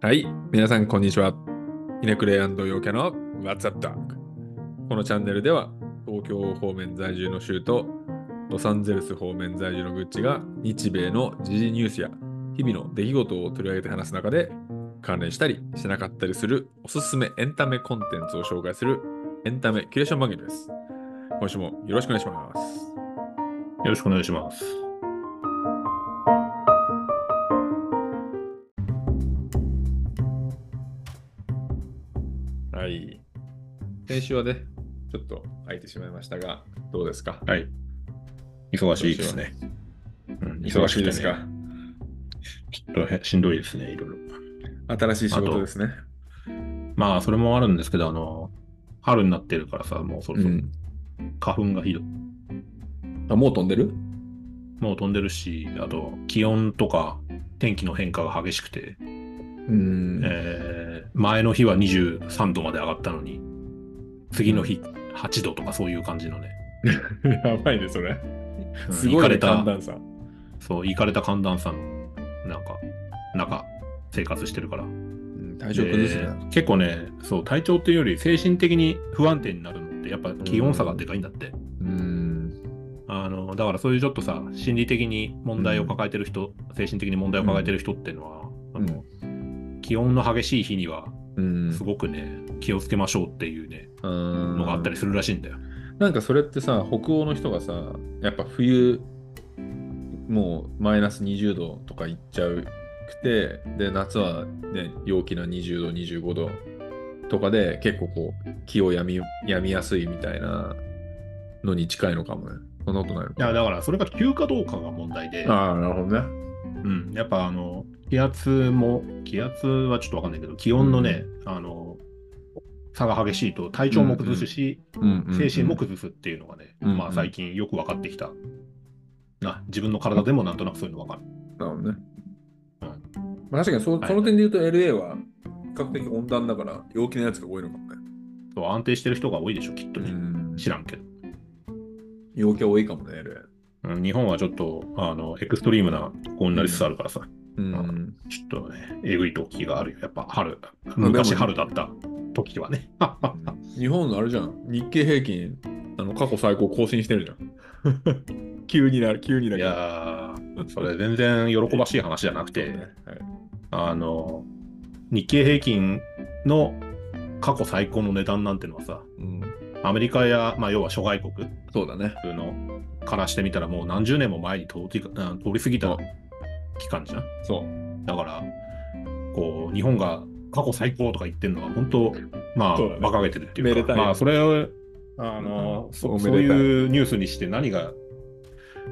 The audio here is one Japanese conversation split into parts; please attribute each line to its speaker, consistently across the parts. Speaker 1: はい、皆さん、こんにちは。ひねくれ陽キャの What's Up Dog。このチャンネルでは、東京方面在住の州とロサンゼルス方面在住のグッチが日米の時事ニュースや日々の出来事を取り上げて話す中で、関連したりしなかったりするおすすめエンタメコンテンツを紹介するエンタメキュレーション番組です。今週もよろしくお願いします。
Speaker 2: よろしくお願いします。
Speaker 1: はい。先週はね、ちょっと空いてしまいましたが、どうですか
Speaker 2: はい。忙しいですね。うん
Speaker 1: 忙しいですか、
Speaker 2: 忙しくてねちょっとへしんどいですね、いろいろ。
Speaker 1: 新しい仕事ですね。
Speaker 2: まあ、それもあるんですけど、あの、春になってるからさ、もうそろそろ花粉がひどい。
Speaker 1: あ、もう飛んでる
Speaker 2: もう飛んでるし、あと、気温とか天気の変化が激しくて、
Speaker 1: うん
Speaker 2: えー前の日は23度まで上がったのに、次の日8度とかそういう感じのね、
Speaker 1: やばいね、それ。
Speaker 2: うん
Speaker 1: すご
Speaker 2: 行か
Speaker 1: い、
Speaker 2: れ
Speaker 1: ね、
Speaker 2: た
Speaker 1: 寒暖差。
Speaker 2: そう、行かれた寒暖差の、なんか、中、生活してるから。
Speaker 1: 体
Speaker 2: で結構ね、そう、体調っていうより精神的に不安定になるのって、やっぱ気温差がでかいんだって。
Speaker 1: うん。
Speaker 2: あの、だからそういうちょっとさ、心理的に問題を抱えてる人、精神的に問題を抱えてる人っていうのは、
Speaker 1: うん
Speaker 2: あの気温の激しい日には、
Speaker 1: うん。
Speaker 2: すごくね、気をつけましょうっていうね、の
Speaker 1: の
Speaker 2: があったりするらしいんだよ。
Speaker 1: なんかそれってさ、北欧の人がさ、やっぱ冬、もうマイナス20度とかいっちゃうくて、で、夏はね、陽気な20度、25度とかで、結構こう、気をやみやみやすいみたいなのに近いのかもね。そんなことないの
Speaker 2: い
Speaker 1: か
Speaker 2: や、だからそれが急かどうかが問題で、
Speaker 1: ああ、なるほどね。
Speaker 2: うん、やっぱあの気圧も気圧はちょっとわかんないけど気温のね、あの差が激しいと体調も崩すし、
Speaker 1: うんうんうん
Speaker 2: 精神も崩すっていうのがね、
Speaker 1: うんうん
Speaker 2: まあ、最近よく分かってきたな自分の体でもなんとなくそういうの分かる
Speaker 1: なるほどね。
Speaker 2: うん
Speaker 1: まあ、確かにそ,、
Speaker 2: はい
Speaker 1: その点で言うと LA は比較的温暖だから陽気なやつが多いのかもね。
Speaker 2: そう安定してる人が多いでしょきっとね、
Speaker 1: ん
Speaker 2: 知らんけど、
Speaker 1: 陽気は多いかもね、LA。
Speaker 2: うん、日本はちょっとあのエクストリームな子になりつつあるからさ、
Speaker 1: うん。
Speaker 2: ちょっとねえぐい時があるよやっぱ春
Speaker 1: も
Speaker 2: 昔春だった時 はね
Speaker 1: 日本のあれじゃん、日経平均、あの過去最高更新してるじゃん。 急になる、急にないる。
Speaker 2: やーそれ全然喜ばしい話じゃなく
Speaker 1: そう
Speaker 2: て
Speaker 1: ねはい
Speaker 2: あの日経平均の過去最高の値段なんてのはさ
Speaker 1: うん、
Speaker 2: アメリカや、まあ、要は諸外国
Speaker 1: そうだね。
Speaker 2: のからしてみたらもう何十年も前に通りあ通り過ぎた期間じゃん
Speaker 1: そう。
Speaker 2: だからこう日本が過去最高とか言ってるのは本当まあ
Speaker 1: そうだね
Speaker 2: 馬鹿げてるって
Speaker 1: め
Speaker 2: い
Speaker 1: で
Speaker 2: う
Speaker 1: た
Speaker 2: か
Speaker 1: い
Speaker 2: まあそれをあの、
Speaker 1: うん
Speaker 2: そ
Speaker 1: おめで
Speaker 2: そ
Speaker 1: たいう
Speaker 2: いうニュースにして何が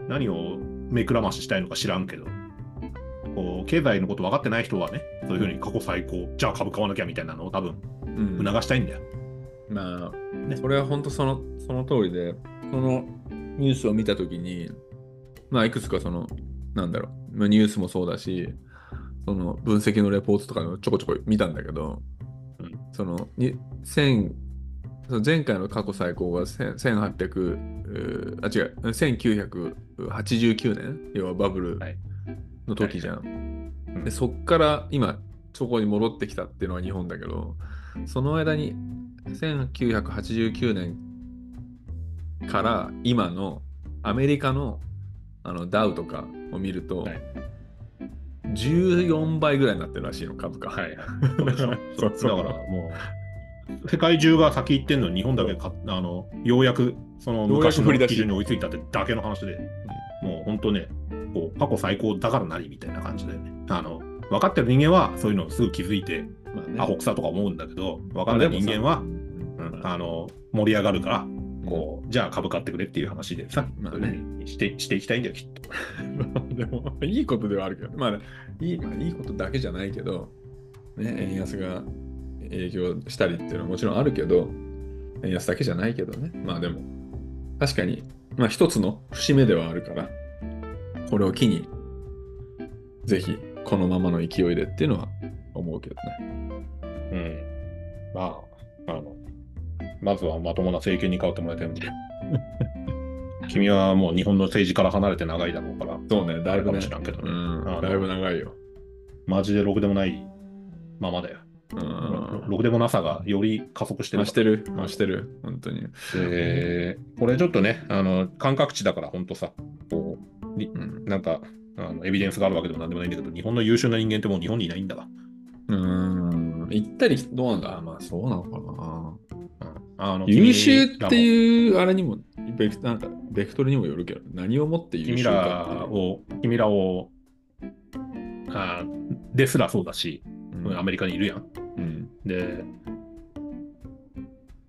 Speaker 2: 何を目くらまししたいのか知らんけどこう経済のこと分かってない人はねそういうふうに過去最高じゃあ株買わなきゃみたいなのを多分
Speaker 1: うん
Speaker 2: 促したいんだよ、
Speaker 1: まあ、
Speaker 2: ね
Speaker 1: それは本当そのその通りで、そのニュースを見たときに、まあ、いくつかその、なんだろう、まあニュースもそうだし、その分析のレポートとかのちょこちょこ見たんだけど、
Speaker 2: うん
Speaker 1: そのに1000その前回の過去最高が1000 1800うーあ違う1989年要はバブル
Speaker 2: はい
Speaker 1: の時じゃん、
Speaker 2: うん
Speaker 1: でそっから今そこに戻ってきたっていうのは日本だけどその間に1989年から今のアメリカのあのダウとかを見ると、
Speaker 2: はい
Speaker 1: 14倍ぐらいになってるらしいの株価。
Speaker 2: はいそうでしょ
Speaker 1: そうそう
Speaker 2: だからもう世界中が先行ってんのに日本だけかあのようやくそ
Speaker 1: よ
Speaker 2: の
Speaker 1: うや
Speaker 2: 昔
Speaker 1: く振り出
Speaker 2: の
Speaker 1: し
Speaker 2: 基準に追いついたってだけの話で、もう本当ねこう過去最高だからなりみたいな感じだよねあの分かってる人間はそういうのすぐ気づいて
Speaker 1: まあね
Speaker 2: アホくさとか思うんだけど分かんない人間は、うんあの盛り上がるからこうじゃあ株買ってくれっていう話でさ、
Speaker 1: まあね
Speaker 2: そういうふうにしてしていきたいんだよきっと。
Speaker 1: うん。 でも、いいことではあるけど、まあね、いい、まあいいことだけじゃないけど、ね、円安が影響したりっていうのはもちろんあるけど、円安だけじゃないけどね。まあでも、確かに、まあ一つの節目ではあるから、これを機に、ぜひ、このままの勢いでっていうのは思うけどね。
Speaker 2: うん、まああの、まずはまともな政権に変わってもらいたい ので。君はもう日本の政治から離れて長いだろうから、
Speaker 1: そうね、だ
Speaker 2: あ
Speaker 1: い
Speaker 2: れ
Speaker 1: ぶ
Speaker 2: かも
Speaker 1: ね
Speaker 2: し、らんけど
Speaker 1: う
Speaker 2: ね。
Speaker 1: ん
Speaker 2: あの、
Speaker 1: だいぶ長いよ。
Speaker 2: マジでろくでもないままだよ。
Speaker 1: うん。
Speaker 2: ろくでもなさがより加速してま
Speaker 1: 増
Speaker 2: し
Speaker 1: したてる、増してる、本当に。
Speaker 2: でこれちょっとね、あの感覚値だから、本当さ、こうり
Speaker 1: うん
Speaker 2: なんかあのエビデンスがあるわけでもなんでもないんだけど、日本の優秀な人間ってもう日本にいないんだわ。
Speaker 1: うん。行ったり、どうなんだまあ、そうなのか
Speaker 2: うんあの
Speaker 1: な。優秀って
Speaker 2: う
Speaker 1: いう、あれにも、ベクなんかベクトルにもよるけど、何をもって優
Speaker 2: 君
Speaker 1: 秀
Speaker 2: ら
Speaker 1: かっていう。
Speaker 2: を、君らを、あですらそうだし、
Speaker 1: うん
Speaker 2: アメリカにいるやん。
Speaker 1: うん。
Speaker 2: で、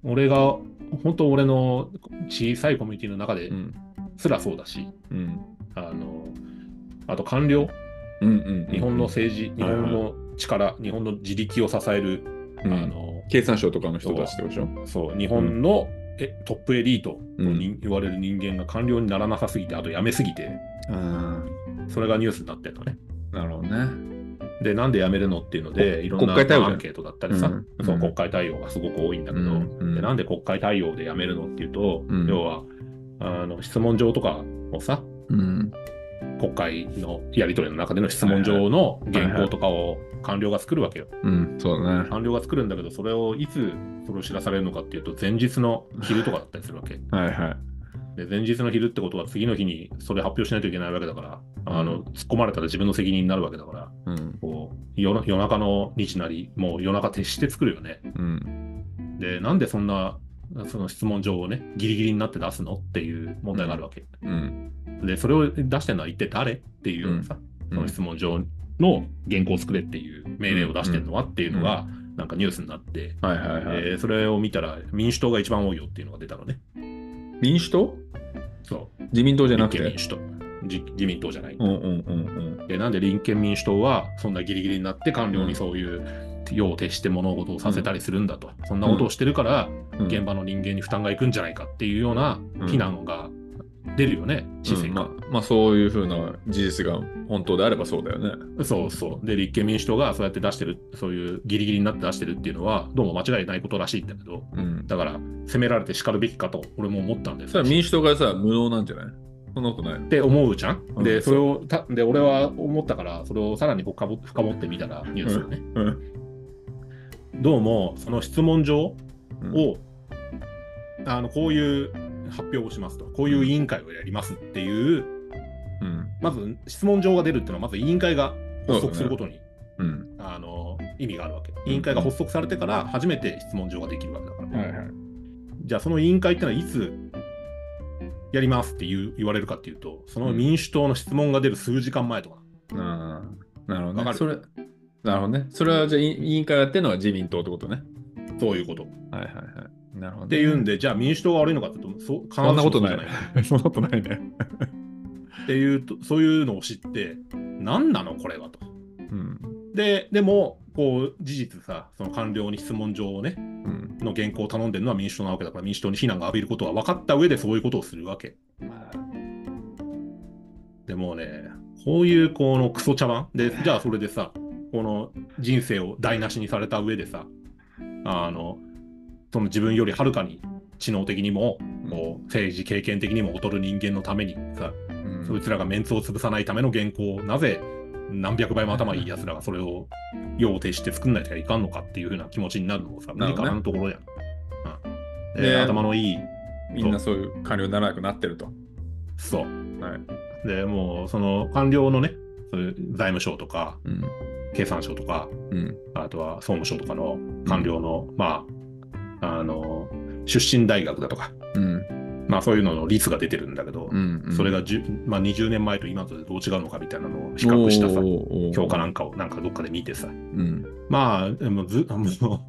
Speaker 2: 俺が、本当俺の小さいコミュニティの中で
Speaker 1: うん。
Speaker 2: すらそうだし、
Speaker 1: うん。
Speaker 2: あの、あと官僚、
Speaker 1: うんうん。
Speaker 2: 日本の政治、日
Speaker 1: はいはい
Speaker 2: 本の力、日本の自力を支える、
Speaker 1: う
Speaker 2: あ
Speaker 1: ん、
Speaker 2: の、
Speaker 1: 経産省とかの人たちってことでしょ
Speaker 2: そう、日本の、えトップエリートと
Speaker 1: うん
Speaker 2: に、言われる人間が官僚にならなさすぎて、あと辞めすぎて、
Speaker 1: あ
Speaker 2: それがニュースになってるのね。
Speaker 1: あ、なるほどね。
Speaker 2: で、なんで辞めるのっていうので、
Speaker 1: こ
Speaker 2: いろんな
Speaker 1: 国会対応
Speaker 2: まあアンケートだったりさ、
Speaker 1: うん
Speaker 2: そうう、
Speaker 1: ん
Speaker 2: 国会対応がすごく多いんだけど、
Speaker 1: うん
Speaker 2: でなんで国会対応で辞めるのっていうと、
Speaker 1: うん
Speaker 2: 要は、あの質問状とかをさ、
Speaker 1: うん。
Speaker 2: 国会のやり取りの中での質問状の原稿とかを官僚が作るわけよ。
Speaker 1: うん、そうだね。
Speaker 2: 官僚が作るんだけど、それをいつそれを知らされるのかっていうと、前日の昼とかだったりするわけ。
Speaker 1: はいはい。
Speaker 2: で、前日の昼ってことは、次の日にそれ発表しないといけないわけだから、あ
Speaker 1: う
Speaker 2: の
Speaker 1: ん
Speaker 2: 突っ込まれたら自分の責任になるわけだから、
Speaker 1: うん。
Speaker 2: こう夜夜中の2時なり、もう夜中徹して作るよね。
Speaker 1: うん。
Speaker 2: で、なんでそんなその質問状をね、ギリギリになって出すのっていう問題があるわけ。
Speaker 1: うん。
Speaker 2: で、それを出してるのは一体誰っていうようなさ、その質問状の原稿を作れっていう命令を出してるのはっていうのが、なんかニュースになって、
Speaker 1: はいはいはい。
Speaker 2: えーそれを見たら民主党が一番多いよっていうのが出たのね。
Speaker 1: 民主党
Speaker 2: そう。
Speaker 1: 自民党じゃな
Speaker 2: 立
Speaker 1: く
Speaker 2: 憲民
Speaker 1: て。
Speaker 2: 主党。じ自民党じゃない。
Speaker 1: うんうんうん
Speaker 2: で、なんで立憲民主党はそんなギリギリになって官僚にそういう用を徹して物事をさせたりするんだと。そんなことをしてるから、
Speaker 1: うん。
Speaker 2: 現場の人間に負担がいくんじゃないかっていうような非難が出るよね、知性
Speaker 1: うん
Speaker 2: が、
Speaker 1: まあ、まあ、そういうふうな事実が本当であればそうだよね。
Speaker 2: そうそう。で、立憲民主党がそうやって出してる、そういうギリギリになって出してるっていうのは、どうも間違いないことらしいんだけど、
Speaker 1: うん。
Speaker 2: だから、責められて叱るべきかと俺も思ったんです
Speaker 1: それは民主党がさ、無能なんじゃないそんなことないの
Speaker 2: って思うじゃん。
Speaker 1: うん
Speaker 2: で、それをた、で、俺は思ったから、それをさらに深掘深掘ってみたら、ニュースをね。
Speaker 1: うん。
Speaker 2: どうも、その質問状を、
Speaker 1: うん
Speaker 2: あの、こういう発表をしますと、こういう委員会をやりますっていう、
Speaker 1: うん。
Speaker 2: まず質問状が出るっていうのは、まず委員会が発足することに、
Speaker 1: うん。
Speaker 2: あの、意味があるわけ。委員会が発足されてから、初めて質問状ができるわけだから。
Speaker 1: はいはい。
Speaker 2: じゃあ、その委員会ってのは、いつ、やりますって言う言われるかっていうと、その民主党の質問が出る数時間前とかなの
Speaker 1: ああ、なるほど
Speaker 2: わか
Speaker 1: ね。
Speaker 2: る
Speaker 1: それ、なるほどね。それはじゃあ委員委員会やってるのは自民党ってことね。
Speaker 2: そういうこと。っ
Speaker 1: はいはいはい。なるほど、ね。
Speaker 2: ていうんで、じゃあ民主党が悪いのかって言うと、そう必ずしも
Speaker 1: そんなこと
Speaker 2: そう
Speaker 1: な
Speaker 2: じ
Speaker 1: い
Speaker 2: ゃ。
Speaker 1: そんなことないね。
Speaker 2: っていうと、そういうのを知って、何なのこれはと。
Speaker 1: うん。
Speaker 2: で、でも、こう、事実さ、その官僚に質問状をね、
Speaker 1: うん。
Speaker 2: の原稿を頼んでるのは民主党なわけだから、民主党に非難が浴びることは分かった上でそういうことをするわけ。でもうね、こういうこのクソ茶番で、じゃあそれでさ、この人生を台無しにされた上でさ、あの、その自分よりはるかに知能的にも、こう政治経験的にも劣る人間のためにさ、
Speaker 1: うん
Speaker 2: そいつらがメンツを潰さないための原稿をなぜ何百倍も頭いいやつらがそれを要定して作んないといかんのかっていうふうな気持ちになるのもさ、
Speaker 1: な
Speaker 2: 無
Speaker 1: るほ
Speaker 2: 理
Speaker 1: ど
Speaker 2: か
Speaker 1: ね
Speaker 2: なのところやん。うんで
Speaker 1: ね
Speaker 2: 頭のいい、
Speaker 1: みんなそういう官僚にならなくなってると。
Speaker 2: そう。
Speaker 1: はい。
Speaker 2: で、もうその官僚のね、そういう財務省とか
Speaker 1: うん。
Speaker 2: 経産省とか、
Speaker 1: うん。
Speaker 2: あとは総務省とかの官僚の、まあ、あの、出身大学だとか、
Speaker 1: うん。
Speaker 2: まあそういうのの率が出てるんだけど、
Speaker 1: うん。
Speaker 2: それがじゅ、まあ、20年前と今とでどう違うのかみたいなのを比較したさ、評
Speaker 1: 評
Speaker 2: 価なんかをなんかどっかで見てさ、
Speaker 1: うん。
Speaker 2: まあ、でもず もう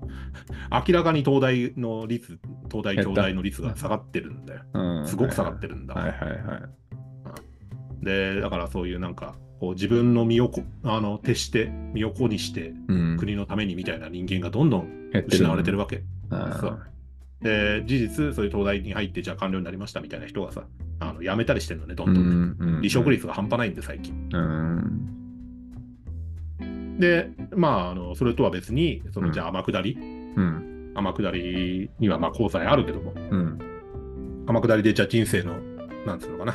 Speaker 2: 明らかに東大の率、東大、
Speaker 1: 減った
Speaker 2: 京大の率が下がってるんだよ。
Speaker 1: うん。
Speaker 2: すごく下がってるんだ。
Speaker 1: はいはいはい。
Speaker 2: で、だからそういうなんか、こう自分の身をこあの徹して、身を粉にして、
Speaker 1: うん。
Speaker 2: 国のためにみたいな人間がどんどん
Speaker 1: 減って
Speaker 2: 失われてるわけ。
Speaker 1: あ
Speaker 2: そ
Speaker 1: ー
Speaker 2: うで、事実、そういう東大に入って、じゃあ官僚になりましたみたいな人がさ、あの辞めたりしてるのね、ど
Speaker 1: うん
Speaker 2: どんね。
Speaker 1: ん。うん
Speaker 2: 離職。率が半端ないんで、最近。
Speaker 1: うん。
Speaker 2: で、まあ、あのそれとは別に、そのじゃあ天下り、
Speaker 1: うん。
Speaker 2: 天下りにはまあ功罪あるけども、
Speaker 1: うん。
Speaker 2: 天下りでじゃあ人生の、なんつうのかな、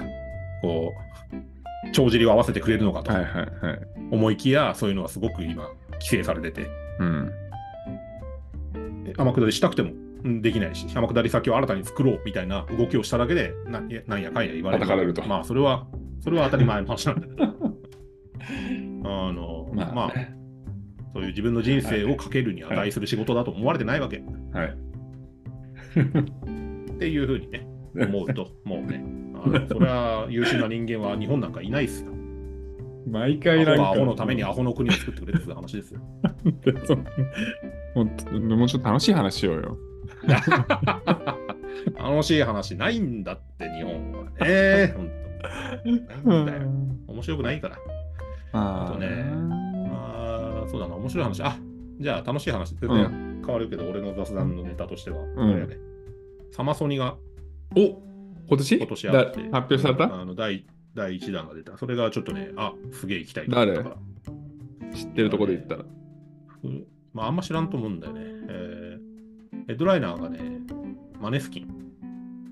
Speaker 2: こう、帳尻を合わせてくれるのかと
Speaker 1: はいはいはい。
Speaker 2: 思いきや、そういうのはすごく今、規制されてて、
Speaker 1: うん。
Speaker 2: 天下りしたくてもうんできないし、天下り先を新たに作ろうみたいな動きをしただけで、ななんやかんや言われる。
Speaker 1: 叩かれると
Speaker 2: まあ、それは、それは当たり前の話なんだけ ど。あの、まあ、
Speaker 1: まあね、
Speaker 2: そういう自分の人生をかけるに値する仕事だと思われてないわけ。
Speaker 1: はい。
Speaker 2: っていうふうにね、思うと、もうね、あの それは優秀な人間は日本なんかいないっすよ。
Speaker 1: 毎
Speaker 2: ア
Speaker 1: 回
Speaker 2: ホ
Speaker 1: なん
Speaker 2: が
Speaker 1: か。
Speaker 2: アホの ためにアホの国を作ってくれてる話ですよ。
Speaker 1: そんな本当もうちょっと楽しい話しようよ。
Speaker 2: 楽しい話ないんだって、日本は ね。ほんとないんだよ面白くないから。
Speaker 1: まあ
Speaker 2: あとねあーそうだな、面白い話。あじゃあ楽しい話。全
Speaker 1: う
Speaker 2: 然変わるけど、俺の雑談のネタとしては、
Speaker 1: ん
Speaker 2: あれやね。サマソニが
Speaker 1: お今年
Speaker 2: 今年あ
Speaker 1: だ
Speaker 2: っ
Speaker 1: 発
Speaker 2: て、
Speaker 1: 表された
Speaker 2: あの第第1弾が出た。それがちょっとね、あすげえ行きたいと
Speaker 1: 誰
Speaker 2: 思ったから。
Speaker 1: 知ってるとこで言ったら。
Speaker 2: うんまあ、あんま知らんと思うんだよね。えーヘッドライナーがね、マネスキン。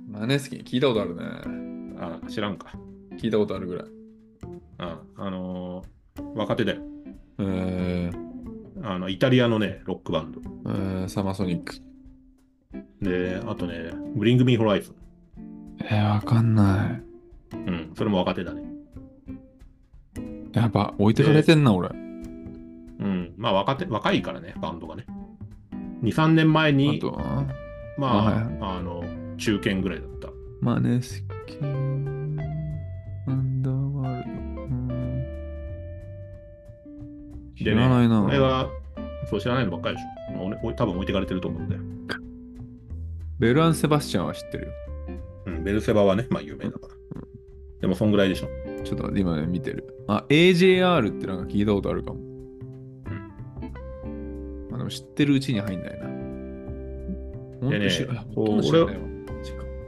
Speaker 1: マネスキン聞いたことあるね。
Speaker 2: あ知らんか。
Speaker 1: 聞いたことあるぐらい。
Speaker 2: あ、あのー若手だよ。
Speaker 1: えー
Speaker 2: あのイタリアのね、ロックバンド。
Speaker 1: えーサマソニック。
Speaker 2: で、あとね、ブリング・ミー・ホライズン。
Speaker 1: えー、わかんな
Speaker 2: うん、それも若手だね。
Speaker 1: い。やば、置いてかれてんな、俺。
Speaker 2: うん、まあ若手若いからね、バンドがね。2、3年前に
Speaker 1: あ、とは、
Speaker 2: ま
Speaker 1: あ
Speaker 2: あ、
Speaker 1: はいは
Speaker 2: あの、中堅ぐらいだった。
Speaker 1: マネスキン、アンダーワールド。うん知
Speaker 2: でね
Speaker 1: らない
Speaker 2: 俺
Speaker 1: な。
Speaker 2: は、そう知らないのばっかりでしょ。俺、俺多分置いてかれてると思うんだよ。
Speaker 1: ベルアン・セバスチャンは知ってるよ。
Speaker 2: うん、ベルセバはね、まあ有名だから。でも、そんぐらいでしょ。
Speaker 1: ちょっと待って今ね、見てる。あ、AJR ってなんか聞いたことあるかも。まあでも知ってるうちに入んないな。ほん
Speaker 2: で
Speaker 1: と
Speaker 2: ね
Speaker 1: 知らない。
Speaker 2: こう
Speaker 1: ほんと知らないわ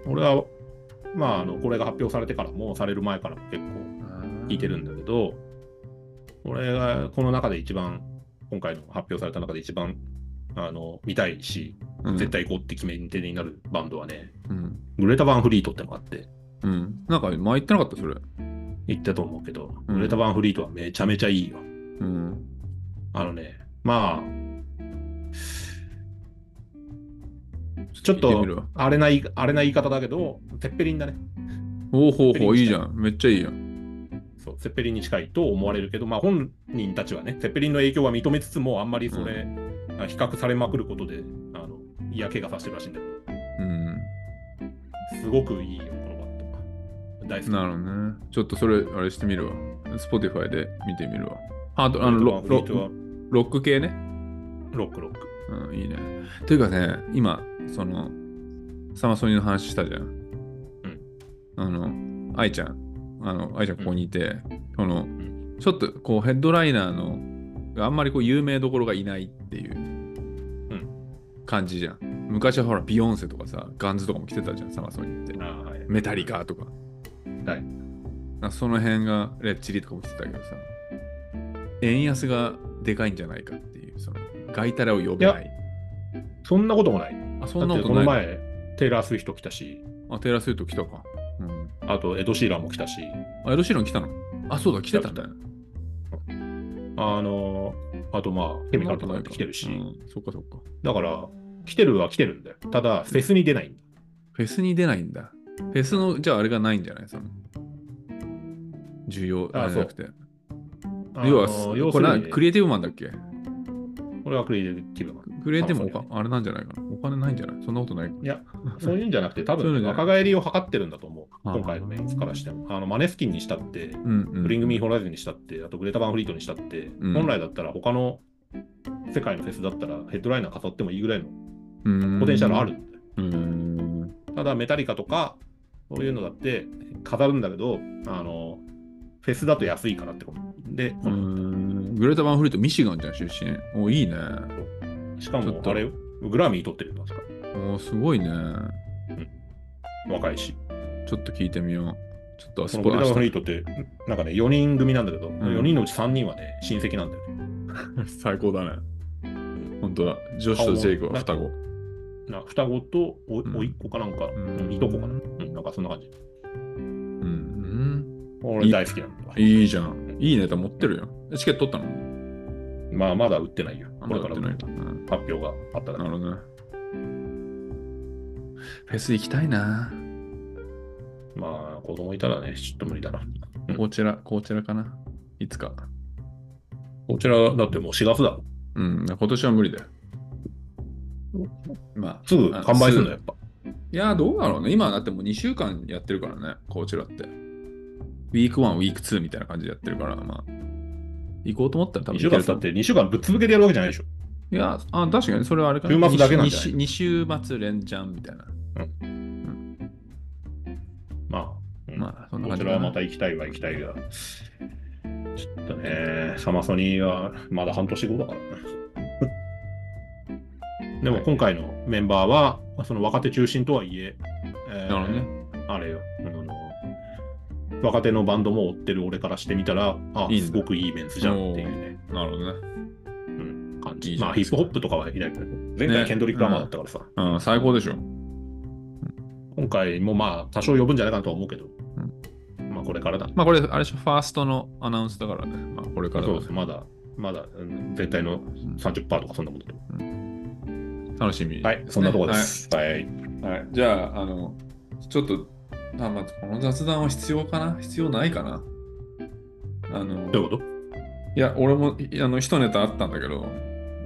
Speaker 2: 俺は、まあ、あのこれが発表されてからも、される前からも結構聞いてるんだけど、俺がこの中で一番、今回の発表された中で一番あの見たいし、
Speaker 1: うん
Speaker 2: 絶。対行こうって決め手になるバンドはね、
Speaker 1: うん。
Speaker 2: グレタ・バン・フリートってのがあって、
Speaker 1: うん。なんか前言ってなかった、それ。
Speaker 2: 言ったと思うけど、
Speaker 1: うん
Speaker 2: グレタ・バン・フリートはめちゃめちゃいいよ。
Speaker 1: うん。
Speaker 2: あのね、まあ、ちょ
Speaker 1: 聞い
Speaker 2: っ
Speaker 1: て
Speaker 2: と
Speaker 1: みるわ
Speaker 2: 荒れない荒れない言い方だけど、セッペリンだね。
Speaker 1: おーほうほう、い
Speaker 2: セッペリン
Speaker 1: いじゃん。めっちゃいいやん。
Speaker 2: そうセッペリンに近いと思われるけど、まあ、本人たちはね、セッペリンの影響は認めつつも、あんまりそれ、あ比較されまくることで、あの嫌気がさしてるらしいんだけ
Speaker 1: うん。
Speaker 2: ど、すごくいいよ、このバット。大好き。
Speaker 1: なるほどね。ちょっとそれ、あれしてみるわ。Spotify で見てみるわ。あと、あの、ロ
Speaker 2: フリ
Speaker 1: ロ
Speaker 2: ートは
Speaker 1: ロック系ね。
Speaker 2: ロックロック。
Speaker 1: うん、いいね。というかね、今、その、サマソニの話したじゃん。
Speaker 2: うん。
Speaker 1: あの、愛ちゃん、あの、愛ちゃんここにいて、その
Speaker 2: ん、
Speaker 1: ちょっとこうヘッドライナーの、あんまりこう有名どころがいないっていう感じじゃん。昔はほら、ビヨンセとかさ、ガンズとかも来てたじゃん、サマソニって。
Speaker 2: ああはい
Speaker 1: メタリカとか。
Speaker 2: はい
Speaker 1: なんかその辺が、レッチリとかも来てたけどさ、円安がでかいんじゃないかっていう、その、外たらを呼べない。
Speaker 2: そんなこともない。
Speaker 1: あ、そ
Speaker 2: だ
Speaker 1: ん
Speaker 2: っ
Speaker 1: な
Speaker 2: て
Speaker 1: こ
Speaker 2: こと
Speaker 1: な
Speaker 2: の
Speaker 1: い。
Speaker 2: 前、テイラー・スウィフト来たし、
Speaker 1: あ、テイラー・スウィフト来たか。うん。
Speaker 2: あとエド・シーラーも来たし、
Speaker 1: あ、エド・シーラン来たのあ、そうだ、来てたんだよ。
Speaker 2: あの、あとまあ、ケミカルとか来てるし、
Speaker 1: うんそっかそっか。
Speaker 2: だから、来てるは来てるんだよ。ただ、フェスに出ないんだ。
Speaker 1: フェスに出ないんだ。フェスの、じゃああれがないんじゃないその。重要、
Speaker 2: あ
Speaker 1: あれじゃなくて。
Speaker 2: あ
Speaker 1: 要は、
Speaker 2: の要す
Speaker 1: これ
Speaker 2: る
Speaker 1: な
Speaker 2: に、
Speaker 1: クリエイティブマンだっけ
Speaker 2: これはクリエイティブマン。
Speaker 1: クリエイティブマン
Speaker 2: サマ
Speaker 1: か、あれなんじゃないかな。お金ないんじゃないそんなことないか。
Speaker 2: いや、そういうんじゃなくて、多
Speaker 1: そういうの
Speaker 2: 分
Speaker 1: じゃない
Speaker 2: 若返りを図ってるんだと思う。
Speaker 1: あー
Speaker 2: 今回のメンツからしても。あのマネスキンにしたって、
Speaker 1: うん、うん。
Speaker 2: ブリング・ミー・ホライズンにしたって、あとグレタ・バン・フリートにしたって、
Speaker 1: うん
Speaker 2: 本来だったら他の世界のフェスだったらヘッドライナー飾ってもいいぐらいの
Speaker 1: うん
Speaker 2: ポテンシャルある。んだよ。
Speaker 1: うん。
Speaker 2: ただ、メタリカとか、そういうのだって飾るんだけど、あの、フェスだと安いからってこと。で、
Speaker 1: う
Speaker 2: この
Speaker 1: ん。グレータ・バンフリート、ミシガンじゃん、出身。お、いいね。
Speaker 2: しか
Speaker 1: ちょ
Speaker 2: も
Speaker 1: っ、と
Speaker 2: あれよ、グラミー取ってるよ、確か。
Speaker 1: お、すごいね。
Speaker 2: 若いし。
Speaker 1: ちょっと聞いてみよう。ちょっとあ
Speaker 2: そ
Speaker 1: そ
Speaker 2: の
Speaker 1: こ
Speaker 2: グレタ・バン・
Speaker 1: 明
Speaker 2: フ
Speaker 1: 日
Speaker 2: リートって、なんかね、4人組なんだけど、
Speaker 1: ん
Speaker 2: 4人のうち3人はね、親戚なんだよね。
Speaker 1: 最高だね。本当だ。女子とジェイクは双子。
Speaker 2: な双子とお、
Speaker 1: うん
Speaker 2: おいっ子かなんか、
Speaker 1: ん
Speaker 2: いとこかな、うん、なんかそんな感じ。
Speaker 1: うん、
Speaker 2: 俺大好きなんだわ。
Speaker 1: いいじゃん。いいネタ持ってるよ。チケット取ったの
Speaker 2: まあ、まだ売ってないよ。これから
Speaker 1: ない
Speaker 2: 発
Speaker 1: かうん
Speaker 2: 表があっただ
Speaker 1: な
Speaker 2: け
Speaker 1: るほどね。フェス行きたいな。
Speaker 2: まあ、子供いたらね、ちょっと無理だな。
Speaker 1: こちら、こちらかな。いつか。
Speaker 2: こちら、だってもう4月だもん。
Speaker 1: うん、今年は無理だよ。まあ、
Speaker 2: すぐ完売するの、
Speaker 1: よ。
Speaker 2: やっぱ。
Speaker 1: いや、どうだろうね。今だってもう2週間やってるからね、こちらって。ウィーク1、ウィーク2みたいな感じでやってるから、まあ。行こうと思ったら多
Speaker 2: 2
Speaker 1: 分
Speaker 2: 週
Speaker 1: 行け
Speaker 2: 間
Speaker 1: ると
Speaker 2: 経っ
Speaker 1: 思う
Speaker 2: て2週間ぶっ潰けてやるわけじゃないでしょ。
Speaker 1: いや、あ確かにそれはあれかな。
Speaker 2: 週末だけなんじゃない
Speaker 1: 2週末連チャンみたいな。
Speaker 2: まあ、うん
Speaker 1: まあ、そんな
Speaker 2: こ
Speaker 1: 感
Speaker 2: ち
Speaker 1: じ
Speaker 2: ら
Speaker 1: か
Speaker 2: は
Speaker 1: な
Speaker 2: また行きたいは行きたいが、ちょっとね、サマソニーはまだ半年後 だからな。でも今回のメンバーは、その若手中心とはいえ、えー
Speaker 1: なるほどね。
Speaker 2: あれよ、あの、若手のバンドも追ってる俺からしてみたら、あ、
Speaker 1: いいんだ
Speaker 2: すごくいいメンツじゃんっていうね、
Speaker 1: なるほどね。
Speaker 2: うん、感
Speaker 1: い
Speaker 2: じ。
Speaker 1: いじゃ
Speaker 2: ま
Speaker 1: な
Speaker 2: あ、
Speaker 1: い
Speaker 2: ヒ
Speaker 1: です
Speaker 2: ップ
Speaker 1: か
Speaker 2: ホップとかはいないけど、前回
Speaker 1: ね
Speaker 2: ケンドリック・ラマーだったからさ、
Speaker 1: うん、最高でしょ。
Speaker 2: 今回もまあ、多少呼ぶんじゃないかなとは思うけど、まあ、これからだ
Speaker 1: まあこれ、あれでしょ、ファーストのアナウンスだからね。まあこれからだ
Speaker 2: そ
Speaker 1: ね
Speaker 2: うです、まだ、まだ、うん全体の30%とかそんなことで。
Speaker 1: 楽しみですね、
Speaker 2: はい、そんなところです。はい。
Speaker 1: はい。はいじゃあ、あの、ちょっと、あまあ、この雑談は必要かな必要ないかなあの、
Speaker 2: どういうこと
Speaker 1: いや、俺も、いあの、一ネタあったんだけど、